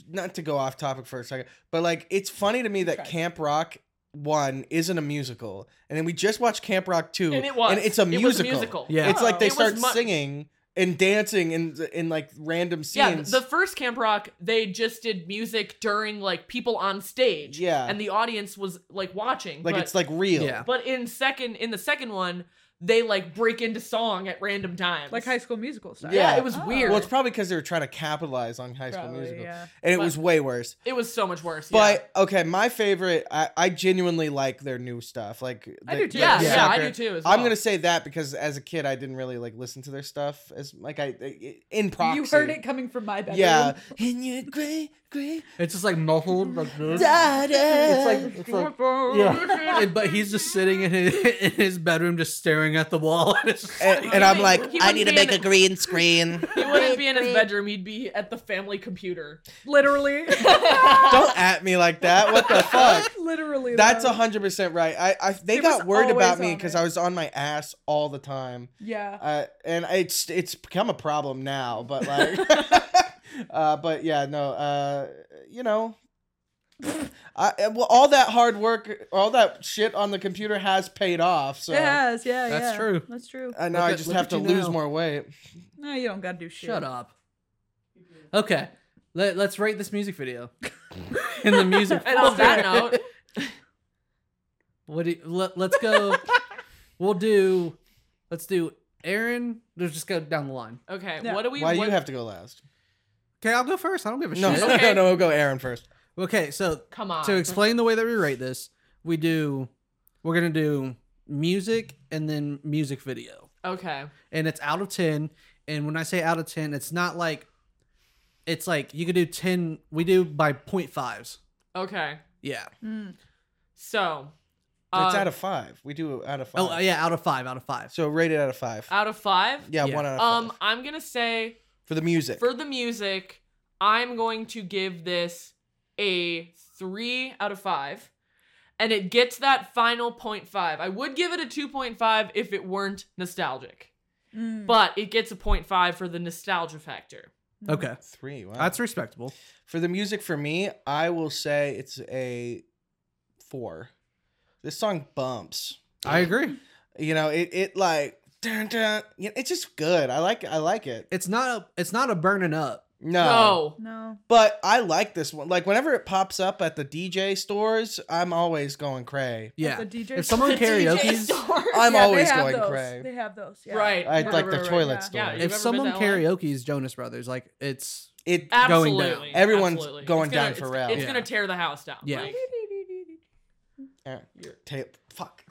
A: not to go off topic for a second, but like it's funny to me that
D: Okay.
A: Camp Rock one isn't a musical, and then we just watched Camp Rock two,
B: and it was.
A: and it's a
B: It
A: musical.
B: was a musical.
C: Yeah.
A: It's like they
B: It was
A: start
B: mu-
A: singing and dancing in in like random scenes.
B: Yeah, th- the first Camp Rock, they just did music during like people on stage.
A: Yeah.
B: And the audience was like watching.
A: like
B: but,
A: it's like real.
C: Yeah.
B: but in second in the second one, they like break into song at random times.
D: Like High School Musical style.
A: Yeah.
B: Yeah, it was
D: Oh.
B: weird.
A: Well, it's probably because they were trying to capitalize on High School
D: Probably,
A: Musical,
D: yeah.
A: and it
B: But-
A: was way worse.
B: it was so much worse.
A: But okay, my favorite. I, I genuinely like their new stuff. Like
D: I
A: the-
D: do too.
B: yeah, yeah,
A: the
B: yeah, I
A: soccer-
B: do too. As well.
A: I'm gonna say that because as a kid, I didn't really like listen to their stuff as like I I- in proxy.
D: You heard it coming from my bedroom. [laughs]
A: yeah. In your great great
C: It's just like muffled like this.
A: daughter.
C: It's like, it's like
A: [laughs]
C: yeah. [laughs] And- but he's just sitting in his, [laughs] in his bedroom, just staring at the wall. [laughs] And it's just-
A: and, and I'm
B: He
A: like,
B: wouldn't
A: I need to
B: be
A: make
B: in
A: a
B: it.
A: green
D: [laughs]
A: screen.
B: he wouldn't be in his bedroom. He'd be at the family computer.
D: Literally.
A: Don't at me like that. What
D: [laughs]
A: the fuck?
D: Literally.
A: That's
D: though.
A: hundred percent right. I, I they
D: It
A: got
D: was
A: worried about
D: always
A: me
D: on
A: because
D: it.
A: I was on my ass all the time,
D: Yeah.
A: uh, and it's it's become a problem now. But
B: [laughs]
A: like, [laughs] uh, but yeah, no, uh, you know, I I- well, all that hard work, all that shit on the computer has paid off. So Uh,
D: yes. Yeah.
C: That's
D: yeah.
C: true.
D: That's true.
A: I know
C: Look
A: I
C: at-
A: just
C: look
A: have
C: at
A: to
C: you
A: lose
C: now.
A: more weight.
D: No, you don't gotta do shit.
C: Shut up. Okay. Let, let's rate this music video. [laughs] In the music.
B: And on that
C: [laughs]
B: note,
C: What do you, let, let's go. we'll do. Let's do Aaron. Let's just go down the line.
B: okay,
D: Yeah.
B: what do we?
A: Why do
B: what,
A: you have to go last?
C: Okay, I'll go first. I don't give a
A: No,
C: shit.
A: no, no,
B: Okay.
A: no, we'll go Aaron first.
C: Okay, so
B: Come on.
C: to explain the way that we rate this, we do. We're gonna do music and then music video,
B: okay.
C: and it's out of ten. And when I say out of ten, it's not like. It's like you could do ten. We do by point fives.
B: Okay.
C: Yeah.
D: Mm,
B: So.
A: it's
B: uh,
A: out of five. We do out of five.
C: Oh yeah, out of five. Out of five.
A: So rate it out of five.
B: out of five.
A: yeah,
C: yeah.
A: one out of
B: Uh, Um,
A: five
B: I'm gonna say
A: for the music.
B: for the music, I'm going to give this a three out of five, and it gets that final point five. I would give it a two point five if it weren't nostalgic,
A: Hmm.
D: Mm.
B: but it gets a point five for the nostalgia factor.
C: Okay,
A: Three. Wow.
C: that's respectable.
A: For the music for me, I will say it's a four. This song bumps.
C: I agree.
A: You know, it it like dun, dun, you know, it's just good. I like I like it.
C: It's not a. It's not a burning up.
A: No.
B: No.
D: No.
A: But I like this one. Like whenever it pops up at the DJ stores, I'm always going
D: [laughs]
A: cray.
C: Yeah.
D: The DJ
C: If
D: [laughs]
B: [laughs]
C: someone karaoke's
A: I'm
D: Yeah, they
A: always
D: have
A: going
D: those.
A: cray.
D: They have those. Yeah.
B: Right.
A: I like the
B: right,
A: toilet
D: yeah.
A: store.
B: Yeah, you-
C: if
B: ever
C: someone
B: been to LA?
C: karaoke's Jonas Brothers, like it's [laughs]
A: It
D: Ah.
C: going
B: Absolutely.
C: down.
A: Everyone's
B: Absolutely.
A: going
B: It's gonna-
A: down for
B: it's-
A: Ralph.
B: It's
C: Yeah.
B: gonna tear the house down.
C: Yeah.
B: Like,
A: uh, tape. Fuck.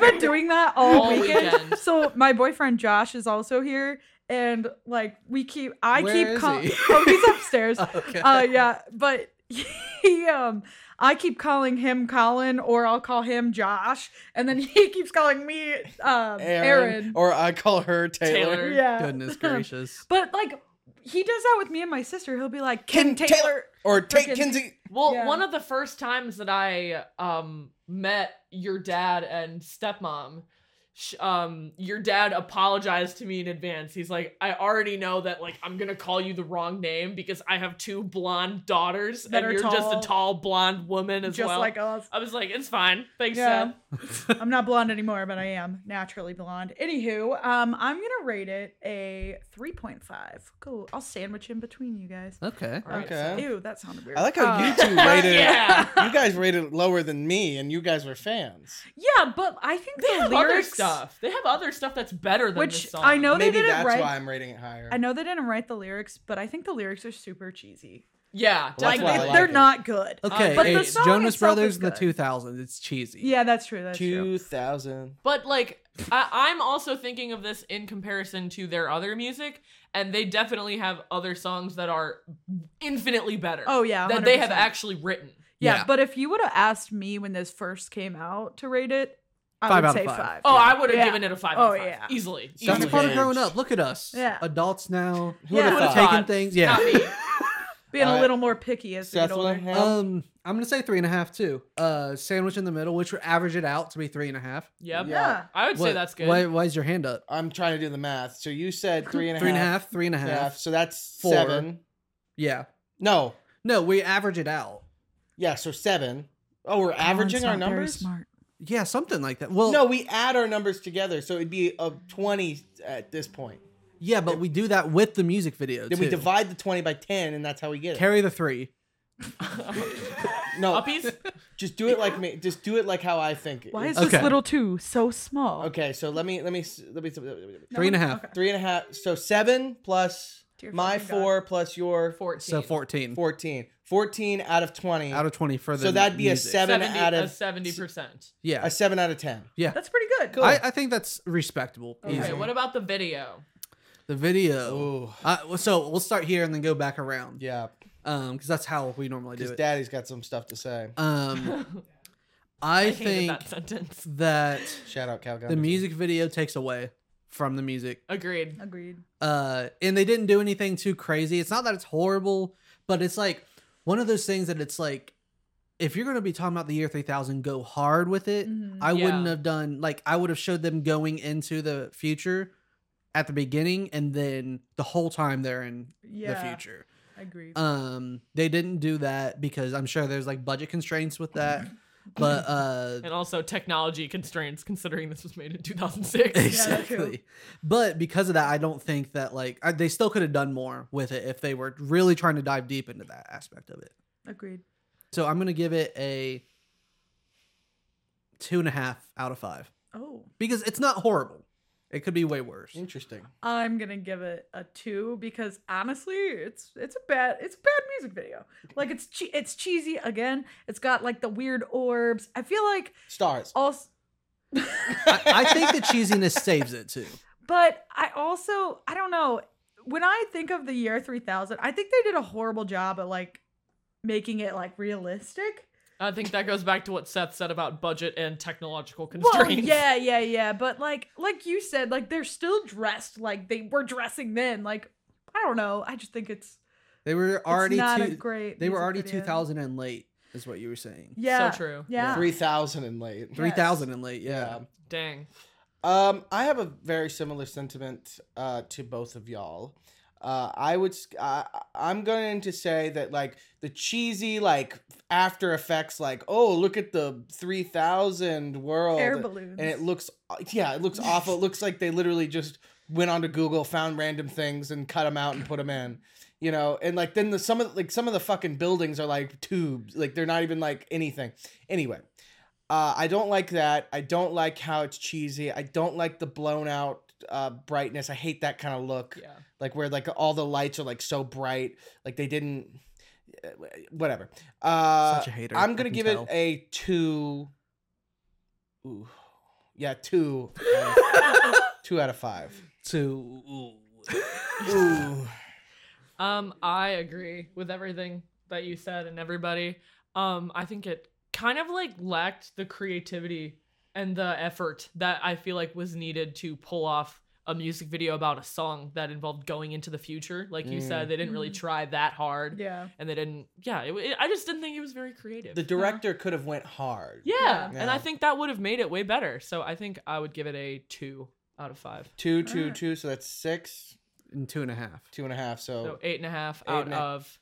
B: [laughs]
D: been doing that all,
B: All
D: weekend.
B: weekend.
D: So my boyfriend Josh is also here, and like we keep, I
C: Where
D: keep.
C: is
D: call-
C: he?
D: [laughs] oh, he's upstairs.
C: [laughs] okay.
D: Uh, yeah, but he, um, I keep calling him Colin, or I'll call him Josh, and then he [laughs] keeps calling me um, Aaron.
A: Or I call her Taylor.
B: Taylor.
D: yeah,
C: Goodness gracious.
D: But like, he does that with me and my sister. He'll be like,
A: Ken
D: "Kim
A: Taylor.
D: Taylor."
A: Or Tate
D: Frickin-
A: Kinsey.
B: Well,
D: Yeah.
B: one of the first times that I um met your dad and stepmom, sh- um, your dad apologized to me in advance. He's like, I already know that like I'm gonna call you the wrong name because I have two blonde daughters
D: That
B: and
D: are
B: you're
D: tall.
B: just a tall blonde woman as
D: Just
B: well.
D: like us.
B: I was like, it's fine. Thanks,
D: Yeah.
B: Dad.
D: I'm not blonde anymore, but I am naturally blonde. Anywho, um, I'm gonna rate it a 3.5. Cool. I'll sandwich in between you guys.
C: okay.
B: All right,
A: Okay.
D: Ew, that sounded weird.
A: I like how
D: Uh,
A: you two rated
B: Yeah.
A: You guys rated it lower than me, and you guys were fans.
D: [laughs] Yeah, but I think
B: They
D: the
B: have other
D: lyrics
B: stuff. They have other stuff that's better than
D: which
B: this song.
D: I know
A: Maybe
D: they didn't
A: that's
D: write.
A: why I'm rating it higher.
D: I know they didn't write the lyrics, but I think the lyrics are super cheesy.
B: Yeah,
A: Well, that's
D: like,
A: why I
D: they,
A: like
D: they're
A: it.
D: not good.
C: Okay,
B: but the
C: it's
D: song
C: Jonas
D: itself
C: Brothers
D: is
C: in the
D: good.
C: 2000s. It's cheesy.
D: Yeah, that's true. That's true.
A: Two thousand.
B: But like, I, I'm also thinking of this in comparison to their other music, and they definitely have other songs that are infinitely better.
D: Oh yeah,
B: that they have
D: 100%.
B: actually written.
D: Yeah,
C: Yeah.
D: but if you would have asked me when this first came out to rate it, I
C: Five
D: would
C: out of
D: say
C: five.
D: five.
B: Oh, I would have
D: Yeah.
B: given it a five.
D: Oh,
B: out of five.
D: yeah.
B: easily.
A: That's
C: That's
B: easily.
A: Sounds
C: part of
A: good.
C: growing up. Look at us.
D: Yeah.
C: Adults now.
A: Who would have
B: would've
A: thought?
B: thought?
C: Taking things. Yeah.
B: Not me.
D: being
A: All
D: a
A: right.
D: little more picky as we
A: Seth
D: get older.
A: Willingham.
C: Um, I'm gonna say three and a half too. Uh, sandwich in the middle, which would average it out to be three and a half.
B: Yep.
A: Yeah.
D: Yeah.
B: I would say
C: What-
B: that's good.
C: Why, why is your hand up?
D: Oh.
A: I'm trying to do the math. So you said three and a half.
C: Three and a half, three and a half.
A: So that's
C: Four.
A: seven.
C: Yeah.
A: No.
C: No, we average it out.
A: Yeah. So seven. Oh, we're averaging our numbers.
D: Smart.
C: Yeah, something like that. Well,
A: No, we add our numbers together, so it'd be a twenty at this point.
C: yeah, but we do that with the music video.
A: Then
C: too.
A: we divide the twenty by ten, and that's how we get it.
C: Carry the three.
A: no,
B: Uppies?
A: just do it like me. Just do it like how I think. it-
D: Why is
C: Okay.
D: this little two so small?
A: okay? So let me let me s- let me s-
C: Three and a half.
A: three and a half. So seven plus
D: Dear
A: my
D: fucking God.
A: four plus your
B: Fourteen.
C: So 14.
A: 14. 14 out of twenty.
C: Out of 20 for the
A: So that'd be a
C: music.
A: seven. out of-
B: seventy percent.
C: Yeah.
A: a seven out of ten.
D: That's pretty good.
C: I, I think that's respectable.
B: Okay.
C: Easy.
B: What about the video?
C: The video.
A: Ooh,
C: Uh, well, so we'll start here and then go back around.
A: Oh. yeah.
C: Um, because that's how we normally do
A: Because
C: it.
A: daddy's got some stuff to say. [laughs]
C: um, I,
B: I hated
C: think
B: that sentence.
C: that
A: Shout out Calgon.
C: the music video takes away from the music.
B: Agreed.
D: Agreed.
C: Uh, and they didn't do anything too crazy. It's not that it's horrible, but it's like one of those things that it's like, if you're gonna be talking about the year 3000, go hard with it.
D: Mhm.
C: I
B: Yeah.
C: wouldn't have done like I would have showed them going into the future at the beginning and then the whole time they're in the
D: Yeah.
C: future.
D: Agreed.
C: Um they didn't do that because I'm sure there's like budget constraints with that. But uh
B: And also technology constraints, considering this was made in two thousand six.
D: Yeah, that's true.
C: exactly. But because of that I don't think that like I, they still could have done more with it if they were really trying to dive deep into that aspect of it.
D: Agreed.
C: So I'm going to give it a two and a half out of five
D: Oh,
C: because it's not horrible. It could be way worse.
A: Interesting.
D: I'm gonna give it a two because honestly, it's it's a bad it's a bad music video. Like it's che- it's cheesy again. It's got like the weird orbs. I feel like
A: Stars.
D: also,
C: I, I think the [laughs] cheesiness saves it too.
D: but I also I don't know. When I think of the year 3000, I think they did a horrible job at like making it like realistic.
B: I think that goes back to what Seth said about budget and technological
D: Well,
B: constraints.
D: yeah, yeah, yeah. But like, like you said, like they're still dressed like they were dressing then. Like, I don't know. I just think it's
C: They were
D: already
C: already
D: not a
C: two,
D: great.
C: they were
D: music
C: already
D: video.
C: two thousand and late, is what you were saying.
D: Yeah,
B: So true.
D: Yeah,
A: Three thousand and late.
C: Three thousand and late, yeah.
A: Yeah.
B: Dang.
A: Um, I have a very similar sentiment uh, to both of y'all. Uh, I would. s- I, am going to say that like the cheesy like After Effects, like oh look at the three thousand world,
D: air balloons.
A: and it looks yeah, it looks awful. It looks like they literally just went onto Google, found random things, and cut them out and put them in. You know, and like then the some of like some of the fucking buildings are like tubes, like they're not even like anything. Anyway, uh, I don't like that. I don't like how it's cheesy. I don't like the blown out uh, brightness. I hate that kind of look
B: Yeah.
A: like where like all the lights are like so bright like they didn't whatever uh
C: Such a hater.
A: i'm
C: I
A: gonna
C: can
A: give
C: tell. [laughs]
A: it a two Ooh. yeah two two out of five
C: to
A: Ooh.
B: Um, I agree with everything that you said and everybody. Um, I think it kind of like lacked the creativity and the effort that I feel like was needed to pull off a music video about a song that involved going into the future. Like you
A: Mm.
B: said, they didn't really
D: Mhm.
B: try that hard,
D: Yeah.
B: and they didn't. Yeah, it, it, I just didn't think it was very creative.
A: the director could have went hard
B: yeah,
D: Yeah.
B: and
A: Yeah.
B: I think that would have made it way better. So I think I would give it a two out of five.
A: two two
C: Uh-huh.
D: Alright.
A: two so that's six
C: and two and a half.
A: two and a half
B: So
A: so,
B: eight and a half
A: Oh. Eight
B: out
A: and a-
B: of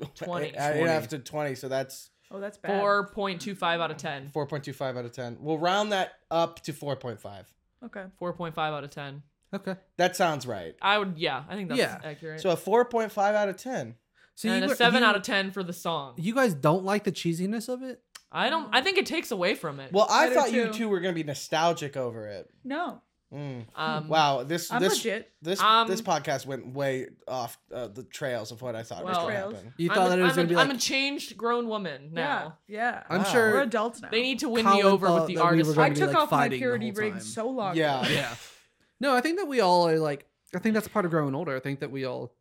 A: I [laughs]
B: 20.
A: eight, eight and a half to 20 so that's
D: Oh, that's bad.
B: four point two five out of ten.
A: 4.25 out of 10 we'll round that up to 4.5
D: Okay.
B: Four point five out of ten.
C: Okay.
A: that sounds right
B: I would, yeah, I think that's
C: Yeah.
B: accurate.
A: so a 4.5 out of 10
C: So
B: and
C: you,
B: a seven
C: you,
B: out of ten for the song.
C: You guys don't like the cheesiness of it?
B: I don't. I think it takes away from it.
A: Well, I
D: I do
A: thought you
D: too.
A: two were gonna be nostalgic over it.
D: No,
A: Mm.
B: um,
A: Wow, this
D: I'm
A: this
D: legit.
A: this
B: Um,
A: this podcast went way off uh, the trails of what I thought was
B: Well-
A: gonna
D: Trails.
A: happen.
C: You
B: I'm
C: thought
B: a-
C: that it was
B: I'm
C: gonna
B: a-
C: be
B: I'm
C: like
B: a changed grown woman now.
D: Yeah. Yeah.
C: I'm
A: Wow.
C: sure
D: We're adults now.
B: They need to win
C: Colin
B: me over with
C: thought
B: the
C: that we
B: artist.
C: were
D: I
C: gonna be,
D: took
C: like,
D: off my
C: fighting the
D: purity
C: whole
D: ring
C: time.
D: so long.
A: Yeah.
D: ago.
C: [laughs] yeah. No, I think that we all are like. I think that's part of growing older. I think that we all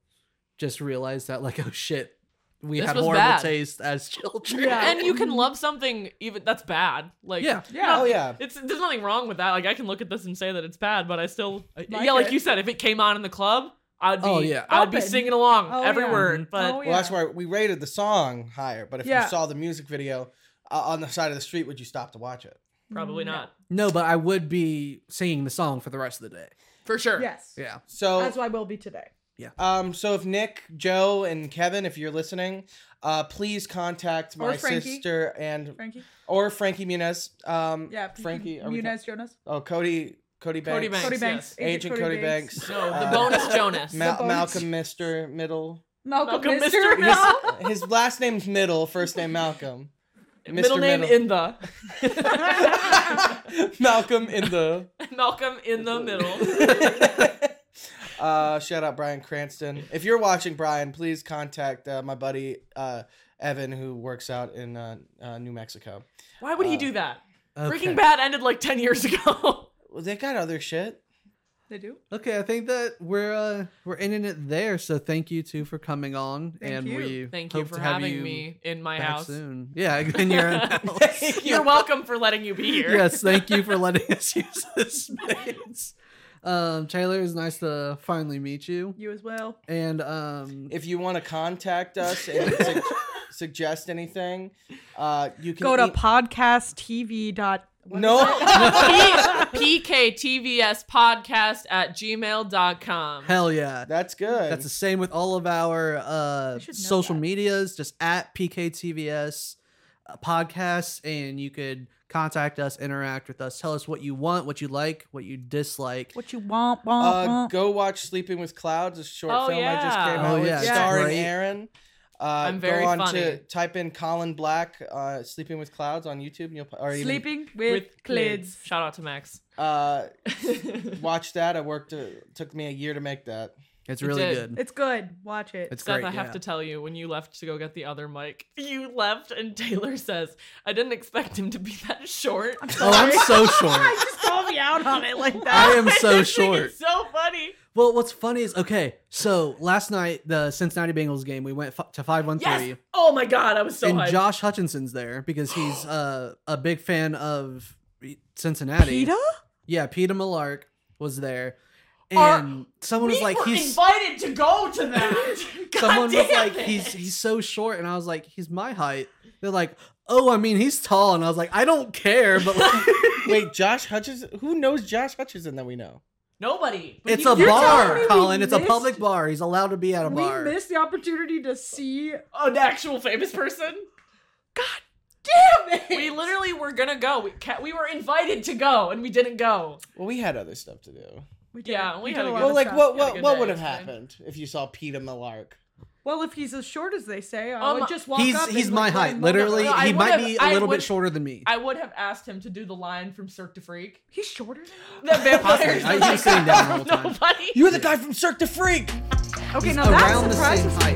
C: just realized that, like, [laughs] oh shit, we
B: This
C: had
B: was
C: horrible
B: bad.
C: taste as [laughs] children.
B: [laughs]
D: Yeah.
B: and you can love something even that's bad. Like
C: yeah.
D: [laughs] Yeah.
A: Oh yeah,
B: It's there's nothing wrong with that. Like I can look at this and say that it's bad, but I still
D: Like
B: yeah, like
D: it.
B: you said, if it came on in the club, I'd be
C: Oh, yeah.
B: I'd be
D: Open.
B: singing along
D: Oh,
B: every
D: yeah.
B: word. But
C: Mm-hmm.
D: Oh, yeah.
A: well that's why we rated the song higher. But if
D: Yeah.
A: you saw the music video uh, on the side of the street, would you stop to watch it?
B: probably
C: Oh,
D: No.
B: not
C: No, but I would be singing the song for the rest of the day.
B: for sure.
D: Yes.
C: Yeah.
A: So
D: As I will be today.
A: um, so if Nick, Joe, and Kevin, if you're listening, uh, please contact
D: Or
A: my
D: Frankie.
A: sister and
D: Frankie.
A: or Frankie Muniz. Um,
D: Yeah.
A: Frankie. Are we
D: Muniz Jonas.
A: oh, Cody. Cody Banks.
B: Cody Banks.
D: Cody
B: yes.
D: Banks.
A: Agent, Cody Banks.
B: No, the
A: Uh,
C: [laughs]
B: bonus Jonas.
A: Ma-
D: [laughs] The bonus-
A: Malcolm Mister Middle.
D: Malcolm,
B: Malcolm
D: Mister. [laughs]
B: Mr.
D: No.
A: His last name's Middle, first name
D: [laughs]
A: Malcolm. [laughs] Mr.
B: Middle name
A: Middle.
B: in the
A: Malcolm in the.
B: [laughs] Malcolm in the middle.
A: [laughs] uh, shout out Brian Cranston. If you're watching, Brian, please contact uh, my buddy uh, Evan, who works out in uh, uh, New Mexico.
B: Why would he do that?
C: Okay.
B: Freaking Bad ended like ten years ago.
A: Well, they got other shit.
D: they do.
C: Okay, I think that we're uh, we're ending it there. So thank you two for coming on,
D: Thank
C: and
D: you.
C: we
B: Thank you
C: hope
B: for
C: to have
B: having
C: you
B: me in my
C: back
B: house.
C: soon. Yeah, [laughs] in your own
B: [laughs]
C: house.
B: You're welcome for letting you be here.
C: yes, thank you for letting
B: [laughs]
C: us use this space. Um, Taylor, it's nice to finally meet you.
D: You as well.
C: And um,
A: If you want to contact us and su- suggest anything, uh, you can
D: Go to
A: e-
D: podcasttv.
A: no.
B: [laughs] P- PKTVSpodcast at gmail.com.
C: hell yeah,
A: [laughs] That's good.
C: that's the same with all of our uh,
D: We should know
C: social
D: that.
C: medias. Just at PKTVS uh, podcasts, and you could contact us, interact with us, tell us what you want, what you like, what you dislike.
D: What you want? Want?
A: Uh, go watch Sleeping with Clouds, a short
B: Uh-huh. Oh,
A: film I just
B: yeah.
A: came
C: Oh,
A: out with,
C: yeah,
D: it's
A: starring
C: great.
A: Aaron. Uh,
B: I'm very
A: go on
B: funny.
A: to type in Colin Black, uh, Sleeping with Clouds on YouTube, and you'll or even,
D: Sleeping with, kids.
B: Shout out to [laughs] Max.
A: uh, watch that. I worked. uh took me a year to make that.
C: It's
B: It
C: really
B: did.
C: good.
D: It's good. Watch it.
C: It's
B: Seth,
C: great.
B: I have
C: yeah.
B: to tell you, when you left to go get the other mic, you left, and Taylor says, I didn't expect him to be that short.
C: oh, I'm
B: [laughs]
C: so short.
D: just call me out on it like
C: I
D: that.
C: am so
B: just think
C: short.
B: [laughs] It's so funny.
C: Well, what's funny is okay. So last night, the Cincinnati Bengals game, we went f- to five one
B: Yes.
C: three,
B: Oh my God, I was so
C: and
B: hyped.
C: Josh Hutchinson's there because he's uh, a big fan of Cincinnati.
D: Peta?
C: Yeah, Peta Malark was there,
B: Are-
C: and someone
B: we
C: was like,
B: were [laughs]
C: he's
B: invited to go to that. God
C: [laughs] someone was
B: damn
C: like,
B: it.
C: he's he's so short, and I was like, he's my height. They're like, oh, I mean, he's tall, and I was like, I don't care, but like,
A: Wait, Josh Hutcherson. Who knows Josh Hutcherson that we know?
B: Nobody. But
C: it's
B: he-
C: a
B: you're
D: telling me
C: bar,
D: we
C: Colin. It's a
D: missed-
C: public bar. He's allowed to be at a
D: We
C: bar.
D: missed the opportunity to see.
B: an actual famous person.
D: Damn it!
B: We literally were gonna go. We, ca- we were invited to go, and we didn't go.
A: Well, we had other stuff to do.
D: We did
B: Yeah,
D: it.
B: we
D: did
B: had
D: a
B: a
D: lot
B: good-
D: of
A: Well, like
D: stuff.
A: what
B: Had a
A: what,
B: good
A: what
B: day,
A: would have
B: it's fine.
A: happened if you saw Peter Malark?
D: Well, if he's as short as they say, I
B: Um,
D: would just walk
C: he's
D: up.
C: he's
D: and,
C: my
D: like, let
C: height.
D: him walk up.
C: Literally,
B: No, I
C: he might
B: would've-
C: be
B: I
C: a little bit
B: would've-
C: shorter than me.
B: I would have asked him to do the line from Cirque du Freak.
D: He's shorter than
B: The vampires
C: I
B: are [laughs]
C: was just sitting down the whole time.
B: nobody.
A: You're the guy from Cirque du Freak.
D: Okay,
C: He's
D: now that
C: around the same
D: surprises me.
C: height.